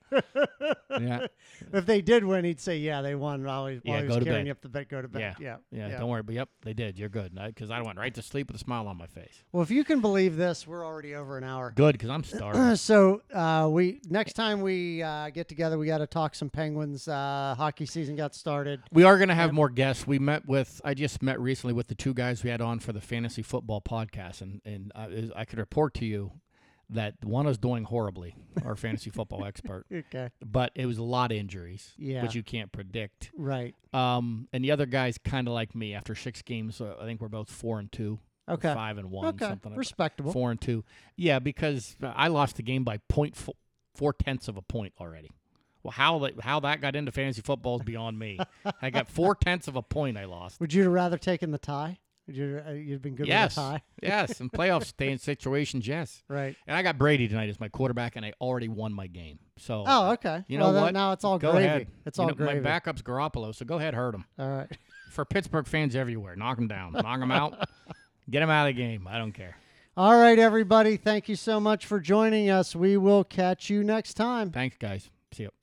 Speaker 1: yeah,
Speaker 2: if they did win, he'd say, "Yeah, they won." While he, while
Speaker 1: Yeah,
Speaker 2: he was
Speaker 1: go to
Speaker 2: carrying
Speaker 1: bed.
Speaker 2: you up the bed, go to bed.
Speaker 1: Yeah.
Speaker 2: yeah,
Speaker 1: yeah, Don't worry, but yep, they did. You're good, because I went right to sleep with a smile on my face.
Speaker 2: Well, if you can believe this, we're already over an hour.
Speaker 1: Good, because I'm <clears throat> starving.
Speaker 2: So uh, we next time we uh, get together, we got to talk some Penguins. Uh, hockey season got started.
Speaker 1: we are going to have more guests. We met with, I just met recently with the two guys we had on for the fantasy football podcast, and and I, I could report to you that one is doing horribly, our fantasy football <laughs> expert.
Speaker 2: Okay,
Speaker 1: but it was a lot of injuries,
Speaker 2: Yeah.
Speaker 1: which you can't predict.
Speaker 2: right.
Speaker 1: Um, and the other guy's kind of like me. After six games, uh, I think we're both four and two, or
Speaker 2: Okay.
Speaker 1: five and one,
Speaker 2: Okay,
Speaker 1: something like
Speaker 2: respectable.
Speaker 1: that. Four and two, yeah, because I lost the game by point four, four tenths of a point already. Well, how that how that got into fantasy football is beyond me. I
Speaker 2: <laughs>
Speaker 1: got four tenths of a point I lost.
Speaker 2: Would you have rather taken the tie? Would you? Uh, you'd been good
Speaker 1: yes,
Speaker 2: with a <laughs> tie,
Speaker 1: yes, in playoff staying situations, yes.
Speaker 2: right?
Speaker 1: And I got Brady tonight as my quarterback, and I already won my game. So
Speaker 2: Oh, okay.
Speaker 1: you
Speaker 2: well,
Speaker 1: know
Speaker 2: then
Speaker 1: what?
Speaker 2: Now it's all
Speaker 1: go
Speaker 2: gravy.
Speaker 1: ahead.
Speaker 2: It's
Speaker 1: You
Speaker 2: all
Speaker 1: know, My
Speaker 2: gravy.
Speaker 1: backup's Garoppolo, so go ahead, hurt him.
Speaker 2: all right.
Speaker 1: For Pittsburgh fans everywhere, knock him down, knock him
Speaker 2: <laughs>
Speaker 1: out, get him out of the game. I don't care.
Speaker 2: All right, everybody. Thank you so much for joining us. We will catch you next time.
Speaker 1: Thanks, guys. See you.